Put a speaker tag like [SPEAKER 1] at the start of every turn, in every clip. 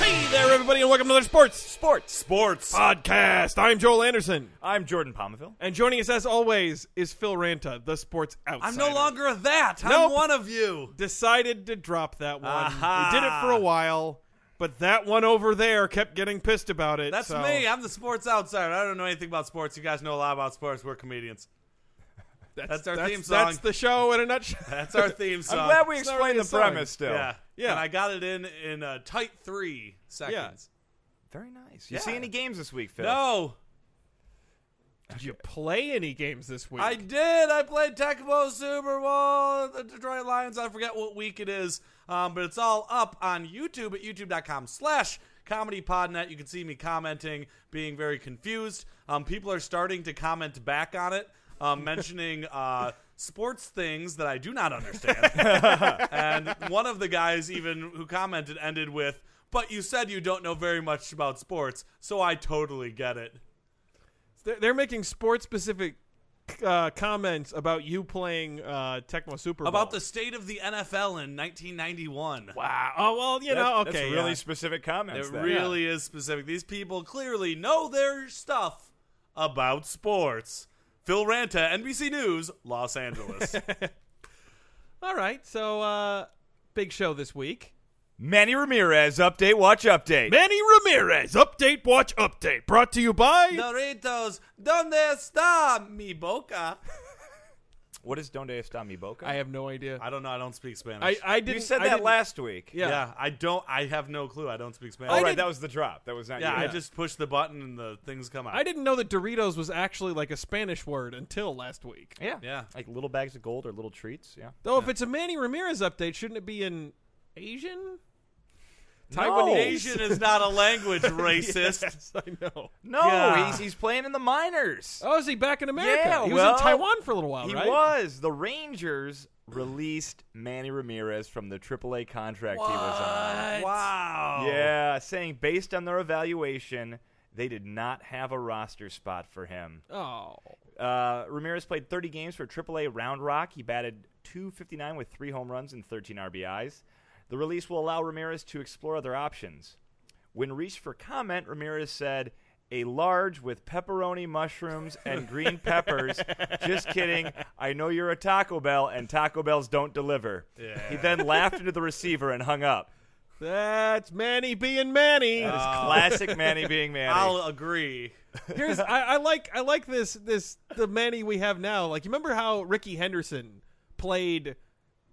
[SPEAKER 1] Hey there, everybody, and welcome to another sports sports
[SPEAKER 2] Sports.
[SPEAKER 1] podcast. I'm Joel Anderson,
[SPEAKER 2] I'm Jordan Palmaville.
[SPEAKER 1] and joining us as always is Phil Ranta, the sports outsider.
[SPEAKER 2] I'm no longer a that.
[SPEAKER 1] Nope.
[SPEAKER 2] I'm one of you.
[SPEAKER 1] decided to drop that one.
[SPEAKER 2] Aha.
[SPEAKER 1] We did it for a while, but that one over there kept getting pissed about it.
[SPEAKER 2] That's
[SPEAKER 1] so-
[SPEAKER 2] me. I'm the sports outsider. I don't know anything about sports. You guys know a lot about sports. We're comedians. That's our theme song.
[SPEAKER 1] That's the show in a nutshell.
[SPEAKER 2] That's our theme song.
[SPEAKER 3] I'm glad we
[SPEAKER 1] It's not
[SPEAKER 3] explained
[SPEAKER 1] really a
[SPEAKER 3] the premise
[SPEAKER 1] song.
[SPEAKER 3] still.
[SPEAKER 2] Yeah,
[SPEAKER 1] Yeah.
[SPEAKER 2] And I got it in in a tight three seconds.
[SPEAKER 3] Very nice. You
[SPEAKER 2] Yeah.
[SPEAKER 3] see any games this week, Phil?
[SPEAKER 2] No,
[SPEAKER 1] Did you play any games this week?
[SPEAKER 2] I did. I played Tecmo Super Bowl, the Detroit Lions. I forget what week it is, um, but it's all up on YouTube at youtube.com slash comedypodnet. You can see me commenting, being very confused. Um, people are starting to comment back on it, um, mentioning uh, sports things that I do not understand. and one of the guys even who commented ended with, but you said you don't know very much about sports, so I totally get it.
[SPEAKER 1] They're, they're making sports specific uh, comments about you playing uh, Tecmo Super Bowl.
[SPEAKER 2] About the state of the NFL in 1991.
[SPEAKER 1] Wow. Oh well, you
[SPEAKER 3] That-
[SPEAKER 1] know.
[SPEAKER 3] that's
[SPEAKER 1] Okay.
[SPEAKER 3] really
[SPEAKER 1] yeah.
[SPEAKER 3] specific comments.
[SPEAKER 2] It
[SPEAKER 3] then.
[SPEAKER 2] really is specific. These people clearly know their stuff about sports. Phil Ranta, NBC News, Los Angeles.
[SPEAKER 1] All right. So, uh, big show this week.
[SPEAKER 3] Manny Ramirez update. Watch update.
[SPEAKER 1] Manny Ramirez update, watch update, brought to you by.
[SPEAKER 2] Doritos, ¿dónde está mi boca?
[SPEAKER 3] what is Donde Está Mi Boca?
[SPEAKER 1] I have no idea.
[SPEAKER 2] I don't know. I don't speak Spanish.
[SPEAKER 1] I I didn't.
[SPEAKER 3] you said
[SPEAKER 1] I
[SPEAKER 3] that
[SPEAKER 1] didn't-
[SPEAKER 3] last week.
[SPEAKER 1] Yeah.
[SPEAKER 2] yeah, I don't. I have no clue. I don't speak Spanish.
[SPEAKER 3] Oh,
[SPEAKER 1] I
[SPEAKER 3] right.
[SPEAKER 1] didn't-
[SPEAKER 3] That was the drop. That was not
[SPEAKER 2] yeah,
[SPEAKER 3] you.
[SPEAKER 2] I just push the button and the things come out.
[SPEAKER 1] I didn't know that Doritos was actually like a Spanish word until last week.
[SPEAKER 3] Yeah.
[SPEAKER 2] Yeah.
[SPEAKER 3] Like little bags of gold or little treats. Yeah.
[SPEAKER 1] Though, if it's a Manny Ramirez update, shouldn't it be in Asian?
[SPEAKER 3] No.
[SPEAKER 2] Asian is not a language, racist.
[SPEAKER 1] Yes, I know.
[SPEAKER 3] No,
[SPEAKER 2] Yeah.
[SPEAKER 3] he's he's playing in the minors.
[SPEAKER 1] Oh, is he back in America?
[SPEAKER 3] Yeah,
[SPEAKER 1] he
[SPEAKER 3] well,
[SPEAKER 1] was in Taiwan for a little while,
[SPEAKER 3] he
[SPEAKER 1] right?
[SPEAKER 3] was. The Rangers released Manny Ramirez from the AAA contract he was on.
[SPEAKER 2] Wow.
[SPEAKER 3] Yeah, saying based on their evaluation, they did not have a roster spot for him.
[SPEAKER 1] Oh,
[SPEAKER 3] Uh, Ramirez played 30 games for AAA Round Rock. He batted 259 with three home runs and 13 RBIs. The release will allow Ramirez to explore other options. When reached for comment, Ramirez said, a large with pepperoni, mushrooms, and green peppers. Just kidding. I know you're a Taco Bell, and Taco Bells don't deliver. He then laughed into the receiver and hung up.
[SPEAKER 1] that's Manny being Manny.
[SPEAKER 3] That is classic Manny being Manny.
[SPEAKER 2] I'll agree.
[SPEAKER 1] Here's I, I like I like this this the Manny we have now. Like you remember how Ricky Henderson played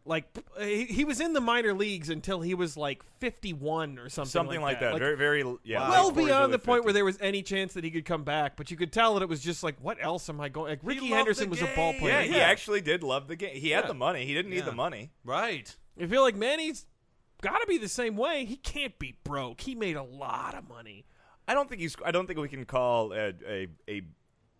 [SPEAKER 1] like p- he, he was in the minor leagues until he was like 51 or something
[SPEAKER 3] Something like that. very, very, yeah.
[SPEAKER 2] Wow.
[SPEAKER 3] like
[SPEAKER 1] well
[SPEAKER 3] forties,
[SPEAKER 1] beyond
[SPEAKER 3] early
[SPEAKER 1] the point
[SPEAKER 3] 50s.
[SPEAKER 1] where there was any chance that he could come back, but you could tell that it was just like what else am I going like Ricky
[SPEAKER 2] loved the
[SPEAKER 1] Henderson was a ball
[SPEAKER 2] game.
[SPEAKER 3] Yeah,
[SPEAKER 1] player.
[SPEAKER 3] he actually did love the game. He had
[SPEAKER 1] Yeah.
[SPEAKER 3] the money. He didn't
[SPEAKER 2] Yeah.
[SPEAKER 3] need the money.
[SPEAKER 2] Right.
[SPEAKER 1] I feel like Manny's got to be the same way. He can't be broke. He made a lot of money.
[SPEAKER 3] I don't think he's. I don't think we can call a a a,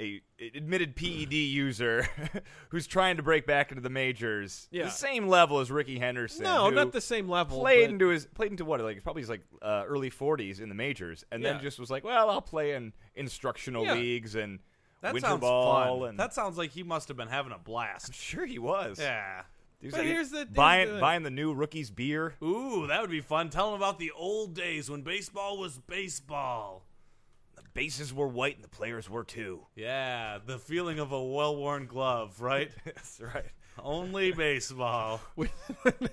[SPEAKER 3] a admitted PED user who's trying to break back into the majors
[SPEAKER 1] Yeah.
[SPEAKER 3] the same level as Ricky Henderson.
[SPEAKER 1] No,
[SPEAKER 3] who
[SPEAKER 1] not the same level.
[SPEAKER 3] Played
[SPEAKER 1] but-
[SPEAKER 3] into his played into what like probably his like uh, early 40s in the majors, and
[SPEAKER 1] Yeah.
[SPEAKER 3] then just was like, well, I'll play in instructional
[SPEAKER 1] Yeah.
[SPEAKER 3] leagues and
[SPEAKER 2] That
[SPEAKER 3] winter
[SPEAKER 2] sounds
[SPEAKER 3] ball.
[SPEAKER 2] fun.
[SPEAKER 3] And
[SPEAKER 2] that sounds like he must have been having a blast.
[SPEAKER 3] sure he was.
[SPEAKER 2] Yeah.
[SPEAKER 3] He was
[SPEAKER 1] But here's the-
[SPEAKER 3] buying
[SPEAKER 1] here's the-
[SPEAKER 3] buying the new rookies beer.
[SPEAKER 2] Ooh, that would be fun. Tell them about the old days when baseball was baseball.
[SPEAKER 3] The bases were white and the players were too.
[SPEAKER 2] Yeah, the feeling of a well-worn glove, right?
[SPEAKER 3] That's right.
[SPEAKER 2] Only baseball.
[SPEAKER 1] We,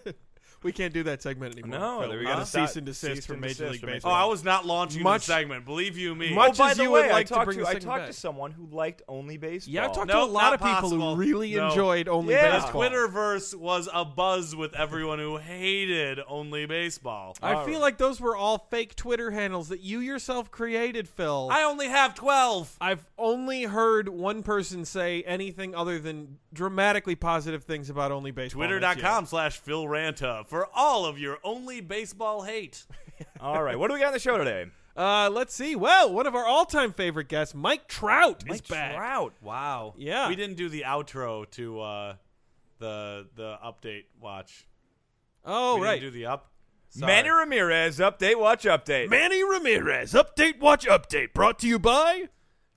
[SPEAKER 1] we can't do that segment anymore.
[SPEAKER 3] No,
[SPEAKER 1] Phil.
[SPEAKER 3] we
[SPEAKER 1] we
[SPEAKER 3] gotta
[SPEAKER 1] got to
[SPEAKER 3] stop-
[SPEAKER 1] cease and desist
[SPEAKER 3] cease
[SPEAKER 1] from
[SPEAKER 3] and
[SPEAKER 1] Major
[SPEAKER 3] desist
[SPEAKER 1] League
[SPEAKER 3] from
[SPEAKER 1] Baseball.
[SPEAKER 2] Oh, I was not launching
[SPEAKER 1] Much-
[SPEAKER 2] the segment. Believe you me.
[SPEAKER 1] much-
[SPEAKER 3] Oh, by
[SPEAKER 1] as
[SPEAKER 3] the
[SPEAKER 1] you
[SPEAKER 3] way,
[SPEAKER 1] would like
[SPEAKER 3] I
[SPEAKER 1] to
[SPEAKER 3] talked
[SPEAKER 1] bring
[SPEAKER 3] to,
[SPEAKER 1] the
[SPEAKER 3] I
[SPEAKER 1] segment
[SPEAKER 3] talked
[SPEAKER 1] back.
[SPEAKER 3] to someone who liked only baseball.
[SPEAKER 1] Yeah, Oh, I talked
[SPEAKER 2] No,
[SPEAKER 1] to a lot of
[SPEAKER 2] not
[SPEAKER 1] people
[SPEAKER 2] possible.
[SPEAKER 1] who really
[SPEAKER 2] No.
[SPEAKER 1] enjoyed only
[SPEAKER 3] Yeah.
[SPEAKER 2] The
[SPEAKER 1] baseball.
[SPEAKER 2] Twitterverse was abuzz with everyone who hated only baseball.
[SPEAKER 1] I
[SPEAKER 3] All
[SPEAKER 1] feel
[SPEAKER 3] right.
[SPEAKER 1] like those were all fake Twitter handles that you yourself created, Phil.
[SPEAKER 2] I only have 12.
[SPEAKER 1] I've only heard one person say anything other than dramatically positive things about only baseball. That's you.
[SPEAKER 2] Twitter.com slash Phil Ranta for all of your only baseball hate.
[SPEAKER 3] All right, what do we got on the show today?
[SPEAKER 1] Uh, let's see. Well, one of our all-time favorite guests, Mike Trout, is
[SPEAKER 3] Mike
[SPEAKER 1] back.
[SPEAKER 3] Trout.
[SPEAKER 2] Wow.
[SPEAKER 1] Yeah.
[SPEAKER 2] We didn't do the outro to uh, the the update watch.
[SPEAKER 1] Oh,
[SPEAKER 2] we
[SPEAKER 1] right.
[SPEAKER 2] Didn't do the up. Sorry.
[SPEAKER 3] Manny Ramirez update. Watch update.
[SPEAKER 1] Manny Ramirez update. Watch update. Brought to you by.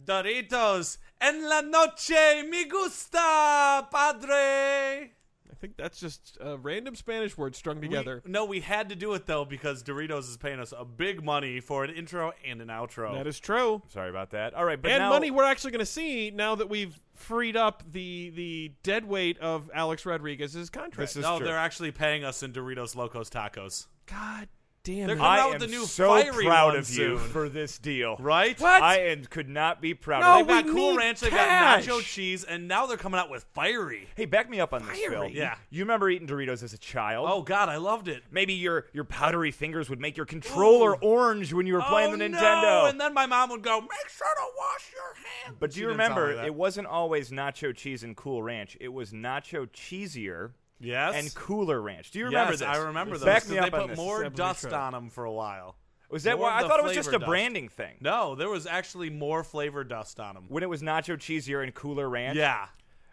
[SPEAKER 2] Doritos en la noche me gusta, padre.
[SPEAKER 1] I think that's just a random Spanish word strung together.
[SPEAKER 2] We- no, we had to do it though because Doritos is paying us a big money for an intro and an outro.
[SPEAKER 1] that is true.
[SPEAKER 3] Sorry about that. All right, but
[SPEAKER 1] and
[SPEAKER 3] now,
[SPEAKER 1] money we're actually going to see now that we've freed up the the dead weight of Alex Rodriguez's contract.
[SPEAKER 3] This is
[SPEAKER 2] no,
[SPEAKER 3] true.
[SPEAKER 2] they're actually paying us in Doritos Locos Tacos.
[SPEAKER 1] God damn
[SPEAKER 2] They're
[SPEAKER 1] it.
[SPEAKER 2] coming
[SPEAKER 3] I
[SPEAKER 2] out
[SPEAKER 3] am
[SPEAKER 2] with the new
[SPEAKER 3] so
[SPEAKER 2] fiery
[SPEAKER 3] proud
[SPEAKER 2] one
[SPEAKER 3] of you
[SPEAKER 2] soon.
[SPEAKER 3] for this deal.
[SPEAKER 2] Right?
[SPEAKER 1] What?
[SPEAKER 3] I am, could not be prouder.
[SPEAKER 1] No,
[SPEAKER 2] They've got
[SPEAKER 1] we
[SPEAKER 2] Cool
[SPEAKER 1] need
[SPEAKER 2] Ranch, they've
[SPEAKER 1] cash.
[SPEAKER 2] got Nacho Cheese, and now they're coming out with Fiery.
[SPEAKER 3] Hey, back me up on this, Phil.
[SPEAKER 1] Fiery.
[SPEAKER 2] Yeah.
[SPEAKER 3] You remember eating Doritos as a child?
[SPEAKER 2] Oh, God, I loved it.
[SPEAKER 3] Maybe your your powdery fingers would make your controller
[SPEAKER 2] Ooh.
[SPEAKER 3] orange when you were playing the
[SPEAKER 2] Oh, no,
[SPEAKER 3] Nintendo.
[SPEAKER 2] And then my mom would go, make sure to wash your hands.
[SPEAKER 3] but do
[SPEAKER 2] She
[SPEAKER 3] you
[SPEAKER 2] didn't sound
[SPEAKER 3] remember
[SPEAKER 2] like that.
[SPEAKER 3] it wasn't always nacho cheese and cool ranch. It was nacho cheesier
[SPEAKER 2] Yes.
[SPEAKER 3] and cooler ranch. Do you remember
[SPEAKER 2] yes,
[SPEAKER 3] this?
[SPEAKER 2] I remember those.
[SPEAKER 3] Back
[SPEAKER 2] 'cause
[SPEAKER 3] me
[SPEAKER 2] they
[SPEAKER 3] up
[SPEAKER 2] put
[SPEAKER 3] on this.
[SPEAKER 2] more
[SPEAKER 1] Definitely
[SPEAKER 2] dust
[SPEAKER 1] true.
[SPEAKER 2] on them for a while.
[SPEAKER 3] was that
[SPEAKER 2] more
[SPEAKER 3] why
[SPEAKER 2] of
[SPEAKER 3] I
[SPEAKER 2] the
[SPEAKER 3] thought it was just
[SPEAKER 2] flavor
[SPEAKER 3] a
[SPEAKER 2] dust.
[SPEAKER 3] branding thing.
[SPEAKER 2] No, there was actually more flavor dust on them.
[SPEAKER 3] When it was nacho cheesier and cooler ranch.
[SPEAKER 2] Yeah.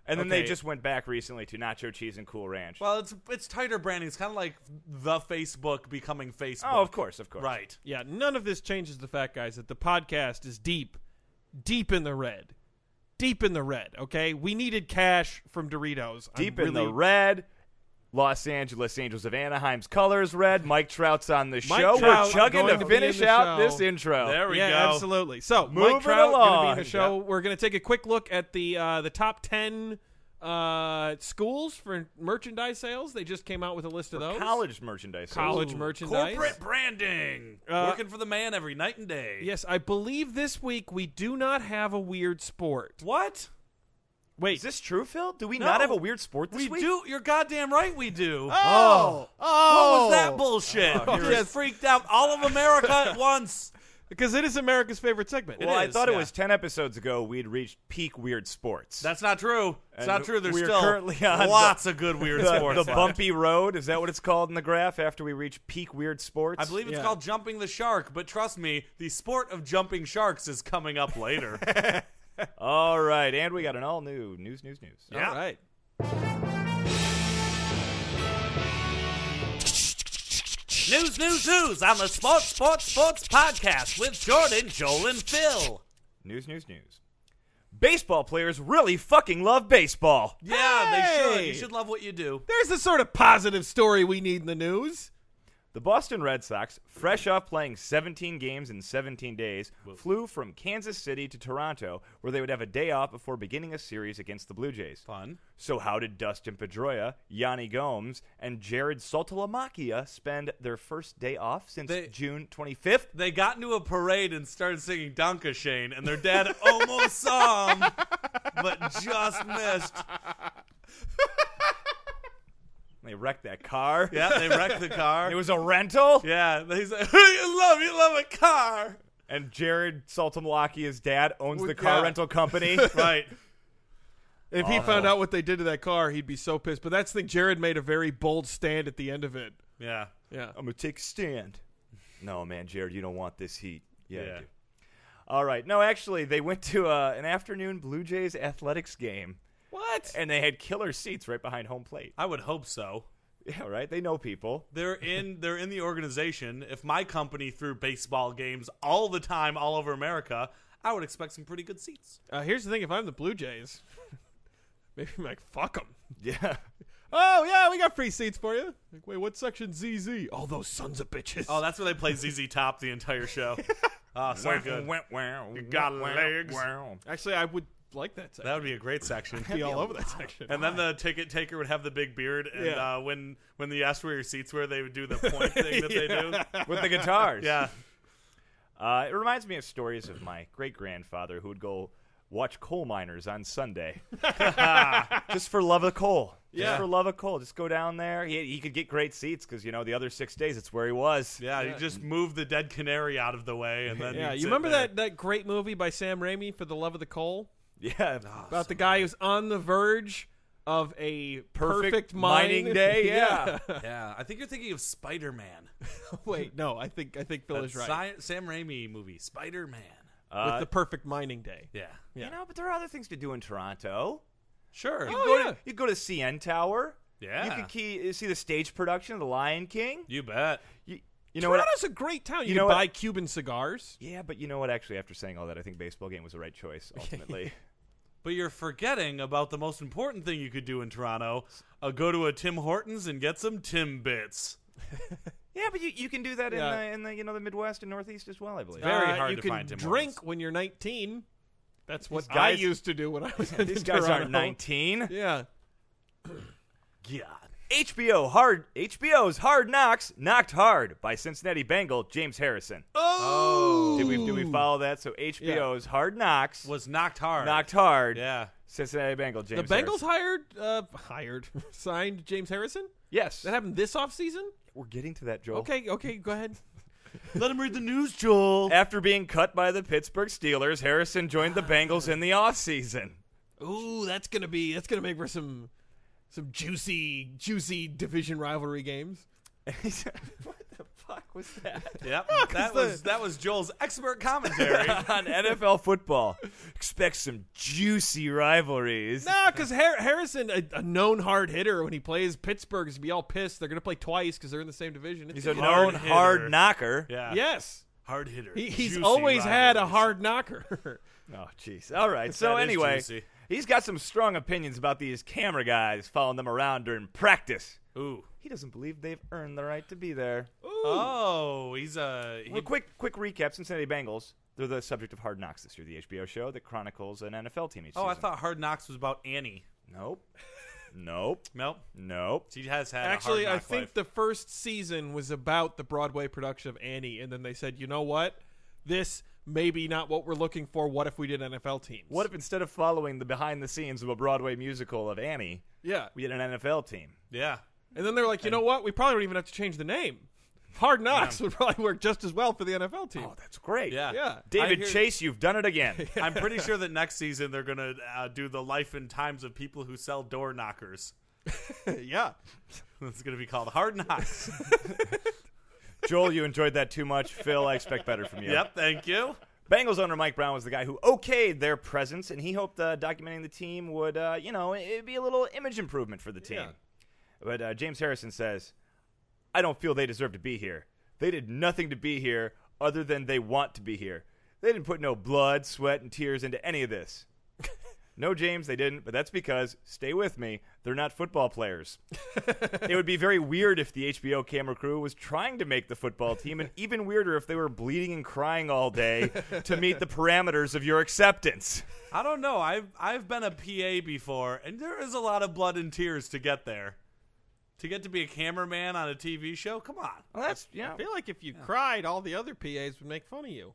[SPEAKER 3] And then they
[SPEAKER 2] Okay.
[SPEAKER 3] just went back recently to nacho cheese and cool ranch.
[SPEAKER 2] Well, it's it's tighter branding. It's kind of like the Facebook becoming Facebook.
[SPEAKER 3] oh, of course, of course.
[SPEAKER 2] Right.
[SPEAKER 1] yeah, none of this changes the fact, guys, that the podcast is deep, deep in the red. Deep in the red, okay? We needed cash from Doritos. I'm
[SPEAKER 3] Deep in the
[SPEAKER 1] really-
[SPEAKER 3] red. Los Angeles Angels of Anaheim's colors red. Mike Trout's on the
[SPEAKER 1] Mike
[SPEAKER 3] show.
[SPEAKER 1] Trout
[SPEAKER 3] We're chugging
[SPEAKER 1] going
[SPEAKER 3] to,
[SPEAKER 1] to be in
[SPEAKER 3] finish
[SPEAKER 1] the
[SPEAKER 3] out
[SPEAKER 1] show.
[SPEAKER 3] this intro.
[SPEAKER 2] There we
[SPEAKER 1] yeah,
[SPEAKER 2] go.
[SPEAKER 1] absolutely. So
[SPEAKER 3] Moving
[SPEAKER 1] Mike Trout gonna be in
[SPEAKER 3] along.
[SPEAKER 1] the show. We're gonna take a quick look at the uh, the top ten uh, schools for merchandise sales. They just came out with a list of those.
[SPEAKER 3] College merchandise.
[SPEAKER 1] college
[SPEAKER 2] Ooh,
[SPEAKER 1] merchandise.
[SPEAKER 2] Corporate branding.
[SPEAKER 1] Uh,
[SPEAKER 2] Working for the man every night and day.
[SPEAKER 1] Yes, I believe this week we do not have a weird sport.
[SPEAKER 2] What?
[SPEAKER 1] Wait,
[SPEAKER 3] Is this true, Phil? Do we
[SPEAKER 2] No.
[SPEAKER 3] not have a weird sport this
[SPEAKER 2] We
[SPEAKER 3] week?
[SPEAKER 2] do. You're goddamn right we do.
[SPEAKER 1] oh,
[SPEAKER 2] What
[SPEAKER 1] oh,
[SPEAKER 2] was that bullshit?
[SPEAKER 1] Oh,
[SPEAKER 2] you
[SPEAKER 1] yes.
[SPEAKER 2] just freaked out all of America at once.
[SPEAKER 1] because it is America's favorite segment.
[SPEAKER 2] It
[SPEAKER 3] Well, I
[SPEAKER 2] is,
[SPEAKER 3] thought it
[SPEAKER 2] yeah.
[SPEAKER 3] was 10 episodes ago we'd reached peak weird sports.
[SPEAKER 2] That's not true. It's
[SPEAKER 3] And
[SPEAKER 2] not true. There's
[SPEAKER 3] we're
[SPEAKER 2] still
[SPEAKER 3] currently on
[SPEAKER 2] lots of good weird
[SPEAKER 3] the,
[SPEAKER 2] sports.
[SPEAKER 3] the
[SPEAKER 2] left.
[SPEAKER 3] bumpy road. Is that what it's called in the graph after we reach peak weird sports?
[SPEAKER 2] I believe it's
[SPEAKER 1] Yeah.
[SPEAKER 2] called jumping the shark, but trust me, the sport of jumping sharks is coming up later.
[SPEAKER 3] All right. And we got an all new news, news, news.
[SPEAKER 2] yeah.
[SPEAKER 1] All right.
[SPEAKER 2] news, news, news on the Sports, Sports, Sports podcast with Jordan, Joel, and Phil.
[SPEAKER 3] News, news, news. Baseball players really fucking love baseball.
[SPEAKER 2] Yeah, they should.
[SPEAKER 1] Hey!
[SPEAKER 2] You should love what you do.
[SPEAKER 1] There's the sort of positive story we need in the news.
[SPEAKER 3] The Boston Red Sox, fresh off playing 17 games in 17 days, flew from Kansas City to Toronto, where they would have a day off before beginning a series against the Blue Jays.
[SPEAKER 2] Fun.
[SPEAKER 3] So, how did Dustin Pedroia, Yanni Gomes, and Jared Saltalamacchia spend their first day off since
[SPEAKER 2] They-
[SPEAKER 3] June 25th?
[SPEAKER 2] They got into a parade and started singing Donka Shane, and their dad almost saw 'em, but just missed.
[SPEAKER 3] They wrecked that car.
[SPEAKER 2] Yeah, they wrecked the car.
[SPEAKER 3] It was a rental.
[SPEAKER 2] yeah, they said, "You love, you love a car."
[SPEAKER 3] And Jared Saltalamacchia's dad owns the
[SPEAKER 1] Would-
[SPEAKER 3] car
[SPEAKER 1] yeah.
[SPEAKER 3] rental company.
[SPEAKER 2] Right.
[SPEAKER 1] If he found out what they did to that car, he'd be so pissed. But that's the thing. Jared made a very bold stand at the end of it. Um,
[SPEAKER 2] Yeah.
[SPEAKER 1] Yeah.
[SPEAKER 3] I'm gonna take a stand. No, man, Jared, you don't want this heat. Yeah,
[SPEAKER 2] Yeah.
[SPEAKER 3] I do. All right. No, actually, they went to uh, an afternoon Blue Jays athletics game,
[SPEAKER 1] What?
[SPEAKER 3] and they had killer seats right behind home plate.
[SPEAKER 2] I would hope so.
[SPEAKER 3] Yeah, right. They know people.
[SPEAKER 2] They're in they're in the organization. If my company threw baseball games all the time all over America, I would expect some pretty good seats.
[SPEAKER 1] Uh, here's the thing: if I'm the Blue Jays, maybe I'm like, fuck them.
[SPEAKER 3] Yeah.
[SPEAKER 1] Oh yeah, we got free seats for you. Like, wait, what section? ZZ. All those sons of bitches.
[SPEAKER 2] Oh, that's where they play ZZ Top the entire show. Oh, so good.
[SPEAKER 3] You
[SPEAKER 2] got legs.
[SPEAKER 1] Actually, I would like that. Section.
[SPEAKER 2] That would be a great section.
[SPEAKER 1] Be all over that section.
[SPEAKER 2] And then the ticket taker would have the big beard, and
[SPEAKER 1] Yeah.
[SPEAKER 2] uh, when when you asked where your seats were, they would do the point thing that they do.
[SPEAKER 3] With the guitars.
[SPEAKER 2] Yeah,
[SPEAKER 3] Uh, it reminds me of stories of my great grandfather who would go watch coal miners on Sunday, just for love of coal. Just
[SPEAKER 1] Yeah.
[SPEAKER 3] for love of coal. Just go down there. He, he could get great seats because you know the other six days it's where he was.
[SPEAKER 2] yeah. You just move the dead canary out of the way, and then
[SPEAKER 1] yeah,
[SPEAKER 2] you'd
[SPEAKER 1] you
[SPEAKER 2] sit
[SPEAKER 1] remember
[SPEAKER 2] there.
[SPEAKER 1] that that great movie by Sam Raimi for the love of the coal
[SPEAKER 3] Yeah.
[SPEAKER 1] about the guy who's on the verge of a perfect,
[SPEAKER 3] Perfect
[SPEAKER 1] mine.
[SPEAKER 3] mining day, yeah.
[SPEAKER 2] yeah, I think you're thinking of Spider Man.
[SPEAKER 1] Wait, no, I think I think Phil is right.
[SPEAKER 2] Sam Raimi movie, Spider Man.
[SPEAKER 3] Uh,
[SPEAKER 1] With the perfect mining day.
[SPEAKER 2] Yeah.
[SPEAKER 1] yeah.
[SPEAKER 3] You know, but there are other things to do in Toronto.
[SPEAKER 2] Sure.
[SPEAKER 3] You
[SPEAKER 1] Oh,
[SPEAKER 3] go
[SPEAKER 1] yeah.
[SPEAKER 3] to you go to CN Tower. You
[SPEAKER 2] Yeah.
[SPEAKER 3] could key, see the stage production of The Lion King.
[SPEAKER 2] You bet.
[SPEAKER 3] You, you know what?
[SPEAKER 1] Toronto's a great town. You,
[SPEAKER 3] You
[SPEAKER 1] can
[SPEAKER 3] know what-
[SPEAKER 1] buy Cuban cigars.
[SPEAKER 3] Yeah, but you know what? Actually, after saying all that, I think baseball game was the right choice ultimately.
[SPEAKER 2] But you're forgetting about the most important thing you could do in Toronto uh, go to a Tim Hortons and get some Timbits.
[SPEAKER 3] yeah, but you, you can do that in
[SPEAKER 1] Yeah.
[SPEAKER 3] the in the you know the Midwest and Northeast as well, I believe.
[SPEAKER 2] Yeah. Very
[SPEAKER 1] Uh,
[SPEAKER 2] hard
[SPEAKER 1] you
[SPEAKER 2] to
[SPEAKER 1] can
[SPEAKER 2] find Tim
[SPEAKER 1] drink
[SPEAKER 2] Hortons.
[SPEAKER 1] when you're 19. That's what
[SPEAKER 3] These
[SPEAKER 1] I
[SPEAKER 3] guys-
[SPEAKER 1] used to do when I was in
[SPEAKER 3] These guys
[SPEAKER 1] Toronto.
[SPEAKER 3] aren't 19.
[SPEAKER 1] Yeah.
[SPEAKER 2] Yeah.
[SPEAKER 3] HBO hard HBO's Hard Knocks knocked hard by Cincinnati Bengal James Harrison.
[SPEAKER 1] Oh.
[SPEAKER 3] Did we do we follow that? So HBO's Hard Knocks
[SPEAKER 2] Was knocked hard.
[SPEAKER 3] knocked hard.
[SPEAKER 2] Yeah.
[SPEAKER 3] Cincinnati Bengal
[SPEAKER 1] The
[SPEAKER 3] James.
[SPEAKER 1] Bengals
[SPEAKER 3] Harrison.
[SPEAKER 1] hired uh hired signed James Harrison?
[SPEAKER 3] Yes,
[SPEAKER 1] That happened this offseason?
[SPEAKER 3] we're getting to that, Joel.
[SPEAKER 1] Okay, okay, go ahead.
[SPEAKER 2] Let him read the news, Joel.
[SPEAKER 3] After being cut by the Pittsburgh Steelers, Harrison joined the Bengals in the offseason.
[SPEAKER 1] Ooh, that's going to be that's going to make for some some juicy juicy division rivalry games.
[SPEAKER 3] what the fuck was that?
[SPEAKER 2] Yep. That was that was Joel's expert commentary.
[SPEAKER 3] On NFL football, expect some juicy rivalries.
[SPEAKER 1] Nah, because Har- Harrison, a, a known hard hitter, when he plays Pittsburgh, is gonna be all pissed. They're gonna play twice because they're in the same division. It's
[SPEAKER 3] He's a
[SPEAKER 1] gonna be-
[SPEAKER 2] hard
[SPEAKER 3] known
[SPEAKER 2] hitter.
[SPEAKER 3] hard knocker.
[SPEAKER 2] yeah.
[SPEAKER 1] yes,
[SPEAKER 2] Hard hitter.
[SPEAKER 1] he, he's
[SPEAKER 2] Juicy
[SPEAKER 1] always had a
[SPEAKER 2] rivalries.
[SPEAKER 1] hard knocker.
[SPEAKER 3] Oh, jeez. All right. So
[SPEAKER 2] That is
[SPEAKER 3] anyway,
[SPEAKER 2] juicy.
[SPEAKER 3] he's got some strong opinions about these camera guys following them around during practice.
[SPEAKER 2] Ooh.
[SPEAKER 3] He doesn't believe they've earned the right to be there.
[SPEAKER 2] Oh, he's a he,
[SPEAKER 3] Well, quick, quick recap: Cincinnati Bengals. They're the subject of Hard Knocks this year, the HBO show that chronicles an NFL team each
[SPEAKER 2] Oh, I
[SPEAKER 3] season.
[SPEAKER 2] thought Hard Knocks was about Annie.
[SPEAKER 3] Nope. nope.
[SPEAKER 2] Nope.
[SPEAKER 3] Nope.
[SPEAKER 2] She has had
[SPEAKER 1] Actually,
[SPEAKER 2] A hard
[SPEAKER 1] I
[SPEAKER 2] knock
[SPEAKER 1] think
[SPEAKER 2] life.
[SPEAKER 1] the first season was about the Broadway production of Annie, and then they said, you know what, this may be not what we're looking for. What if we did NFL teams?
[SPEAKER 3] What if instead of following the behind the scenes of a Broadway musical of Annie,
[SPEAKER 1] Yeah,
[SPEAKER 3] we had an NFL team?
[SPEAKER 2] yeah.
[SPEAKER 1] and then they're like, you know what, we probably don't even have to change the name. Hard Knocks would probably work just as well for the NFL team.
[SPEAKER 3] Oh, that's great.
[SPEAKER 2] Yeah.
[SPEAKER 1] Yeah.
[SPEAKER 3] David
[SPEAKER 2] I hear-
[SPEAKER 3] Chase, you've done it again.
[SPEAKER 2] I'm pretty sure that next season they're gonna uh, do the life and times of people who sell door knockers.
[SPEAKER 1] yeah.
[SPEAKER 2] It's gonna be called Hard Knocks.
[SPEAKER 3] Joel, you enjoyed that too much. Phil, I expect better from you.
[SPEAKER 2] yep. Thank you.
[SPEAKER 3] Bengals owner Mike Brown was the guy who okayed their presence, and he hoped uh, documenting the team would, uh, you know, it'd be a little image improvement for the team.
[SPEAKER 1] Yeah.
[SPEAKER 3] But uh, James Harrison says, I don't feel they deserve to be here. They did nothing to be here other than they want to be here. They didn't put no blood, sweat, and tears into any of this. no, James, they didn't, but that's because, stay with me, they're not football players. it would be very weird if the HBO camera crew was trying to make the football team, and even weirder if they were bleeding and crying all day to meet the parameters of your acceptance.
[SPEAKER 2] I don't know. I've I've been a PA before, and there is a lot of blood and tears to get there. To get to be a cameraman on a TV show, come on.
[SPEAKER 3] Well, that's, yeah.
[SPEAKER 1] I feel like if you cried, all the other PAs would make fun of you.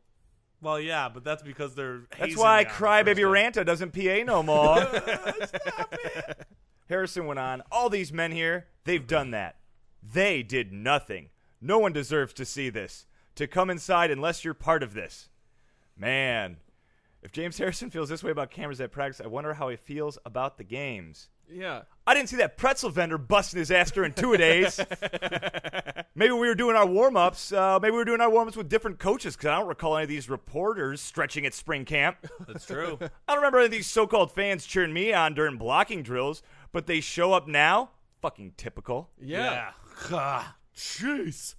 [SPEAKER 2] Well, yeah, but that's because they're.
[SPEAKER 3] That's
[SPEAKER 2] hazing
[SPEAKER 3] why
[SPEAKER 2] you on the first
[SPEAKER 3] Crybaby
[SPEAKER 2] day.
[SPEAKER 3] Ranta doesn't PA no more. Harrison went on, all these men here, they've done that. They did nothing. No one deserves to see this. To come inside unless you're part of this. Man, if James Harrison feels this way about cameras at practice, I wonder how he feels about the games.
[SPEAKER 1] Yeah.
[SPEAKER 3] I didn't see that pretzel vendor busting his ass during two a days. maybe we were doing our warm ups. Uh, maybe we were doing our warm ups with different coaches because I don't recall any of these reporters stretching at spring camp.
[SPEAKER 2] That's true.
[SPEAKER 3] I don't remember any of these so called fans cheering me on during blocking drills, but they show up now? Fucking typical.
[SPEAKER 1] Yeah.
[SPEAKER 2] Ah, Jeez.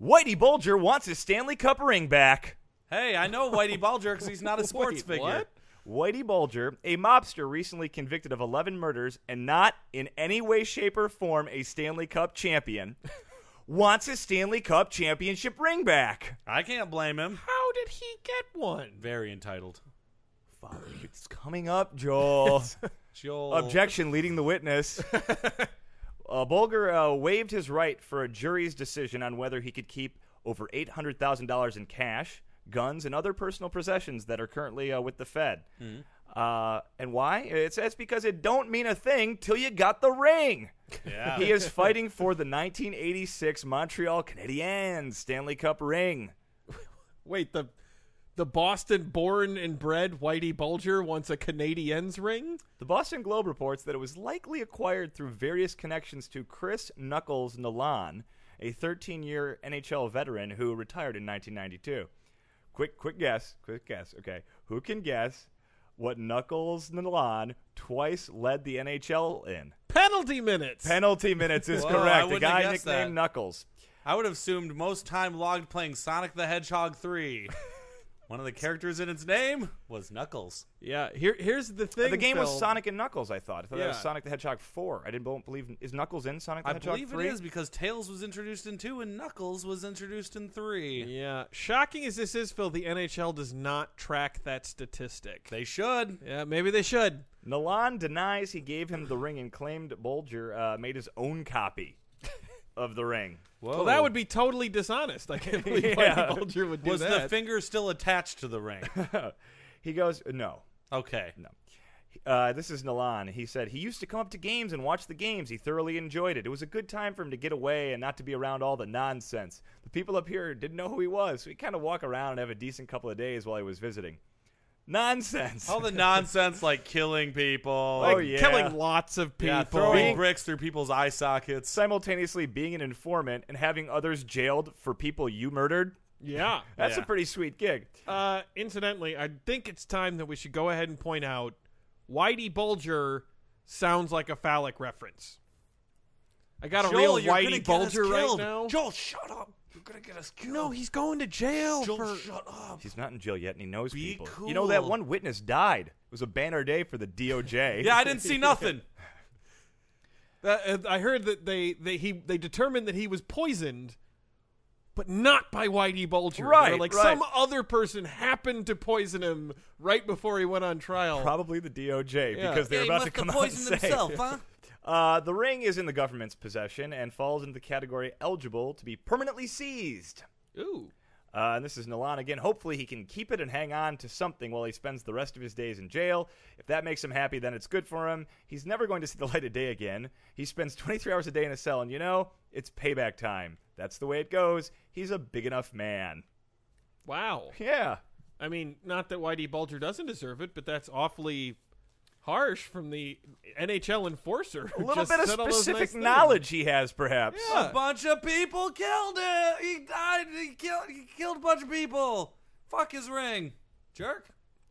[SPEAKER 3] Whitey Bulger wants his Stanley Cup ring back.
[SPEAKER 2] Hey, I know Whitey Bulger 'cause he's not a
[SPEAKER 1] Wait,
[SPEAKER 2] sports figure.
[SPEAKER 1] what?
[SPEAKER 3] Whitey Bulger, a mobster recently convicted of 11 murders and not in any way, shape, or form a Stanley Cup champion, wants his Stanley Cup championship ring back.
[SPEAKER 2] I can't blame him.
[SPEAKER 1] How did he get one?
[SPEAKER 2] Very entitled.
[SPEAKER 3] Father, it's coming up, Joel.
[SPEAKER 2] Joel.
[SPEAKER 3] Objection leading the witness. uh, Bulger uh, waived his right for a jury's decision on whether he could keep over $800,000 in cash, guns, and other personal possessions that are currently uh, with the Fed. Uh, and why? It's, it's because it don't mean a thing till you got the ring.
[SPEAKER 2] Yeah.
[SPEAKER 3] He is fighting for the 1986 Montreal Canadiens Stanley Cup ring.
[SPEAKER 1] Wait, the the Boston born and bred Whitey Bulger wants a Canadiens ring.
[SPEAKER 3] The Boston Globe reports that it was likely acquired through various connections to Chris Knuckles Nalan, a 13-year NHL veteran who retired in 1992. Quick, quick guess, quick guess. Okay, who can guess what Knuckles Nalan twice led the NHL in?
[SPEAKER 1] Penalty minutes.
[SPEAKER 3] Penalty minutes is
[SPEAKER 2] Whoa, I
[SPEAKER 3] correct. The
[SPEAKER 2] wouldn't
[SPEAKER 3] guy
[SPEAKER 2] have
[SPEAKER 3] nicknamed
[SPEAKER 2] guessed that.
[SPEAKER 3] Knuckles.
[SPEAKER 2] I would have assumed most time logged playing Sonic the Hedgehog 3. One of the characters in its name was Knuckles.
[SPEAKER 1] yeah. Here, here's the thing.
[SPEAKER 3] The game was
[SPEAKER 1] Phil.
[SPEAKER 3] Sonic and Knuckles. I thought. I thought that was
[SPEAKER 1] Yeah.
[SPEAKER 3] Sonic the Hedgehog four. I didn't bo- believe is Knuckles in Sonic the
[SPEAKER 2] I
[SPEAKER 3] Hedgehog
[SPEAKER 2] believe
[SPEAKER 3] three.
[SPEAKER 2] it is because Tails was introduced in 2 and Knuckles was introduced in 3.
[SPEAKER 1] Yeah. Shocking as this is, Phil, the NHL does not track that statistic.
[SPEAKER 2] They should.
[SPEAKER 1] yeah, maybe they should.
[SPEAKER 3] Nalan denies he gave him the ring and claimed Bolger uh, made his own copy of the ring.
[SPEAKER 2] Whoa.
[SPEAKER 1] Well, that would be totally dishonest. I can't believe
[SPEAKER 3] Yeah.
[SPEAKER 1] Whitey Bulger would do
[SPEAKER 2] Was
[SPEAKER 1] that.
[SPEAKER 2] the finger still attached to the ring?
[SPEAKER 3] He goes, no.
[SPEAKER 2] Okay.
[SPEAKER 3] Uh, this is Nalan. He said he used to come up to games and watch the games. He thoroughly enjoyed it. It was a good time for him to get away and not to be around all the nonsense. The people up here didn't know who he was, so he kind of walk around and have a decent couple of days while he was visiting. Nonsense.
[SPEAKER 2] All the nonsense like killing people.
[SPEAKER 3] Oh,
[SPEAKER 2] like,
[SPEAKER 3] yeah.
[SPEAKER 1] Killing lots of people.
[SPEAKER 2] yeah, throwing bricks through people's eye sockets.
[SPEAKER 3] Simultaneously being an informant and having others jailed for people you murdered.
[SPEAKER 1] Yeah.
[SPEAKER 3] That's
[SPEAKER 2] Yeah.
[SPEAKER 3] a pretty sweet gig.
[SPEAKER 1] Uh, incidentally, I think it's time that we should go ahead and point out Whitey Bulger sounds like a phallic reference. I got a
[SPEAKER 2] Joel,
[SPEAKER 1] real
[SPEAKER 2] you're gonna
[SPEAKER 1] Whitey
[SPEAKER 2] get us
[SPEAKER 1] Bulger right
[SPEAKER 2] killed.
[SPEAKER 1] now.
[SPEAKER 2] Joel, shut up. You're going to get us killed.
[SPEAKER 1] no, he's going to jail
[SPEAKER 2] Joel,
[SPEAKER 1] for.
[SPEAKER 2] shut up.
[SPEAKER 3] He's not in jail yet, and he knows
[SPEAKER 2] Be
[SPEAKER 3] people. You know that
[SPEAKER 2] cool.
[SPEAKER 3] one witness died. It was a banner day for the DOJ.
[SPEAKER 2] Yeah, I didn't see nothing.
[SPEAKER 1] That- uh, I heard that they they he they determined that he was poisoned, but not by Whitey Bulger. They were
[SPEAKER 3] Right,
[SPEAKER 1] like
[SPEAKER 3] right.
[SPEAKER 1] some other person happened to poison him right before he went on trial.
[SPEAKER 3] Probably the DOJ
[SPEAKER 1] Yeah.
[SPEAKER 3] because they're
[SPEAKER 2] Yeah,
[SPEAKER 3] about to
[SPEAKER 2] he must have
[SPEAKER 3] come out and
[SPEAKER 2] poisoned
[SPEAKER 3] say.
[SPEAKER 2] himself, huh?
[SPEAKER 3] Uh, the ring is in the government's possession and falls into the category eligible to be permanently seized.
[SPEAKER 1] Ooh.
[SPEAKER 3] Uh, and this is Nalan again. Hopefully, he can keep it and hang on to something while he spends the rest of his days in jail. If that makes him happy, then it's good for him. He's never going to see the light of day again. He spends 23 hours a day in a cell, and you know, it's payback time. That's the way it goes. He's a big enough man.
[SPEAKER 1] Wow.
[SPEAKER 3] Yeah.
[SPEAKER 1] I mean, not that Whitey Bulger doesn't deserve it, but that's awfully harsh from the NHL enforcer.
[SPEAKER 3] A little bit of specific
[SPEAKER 1] knowledge.
[SPEAKER 3] knowledge he has, perhaps.
[SPEAKER 1] Yeah.
[SPEAKER 2] A bunch of people killed him. He died. He killed. He killed a bunch of people. Fuck his ring, jerk.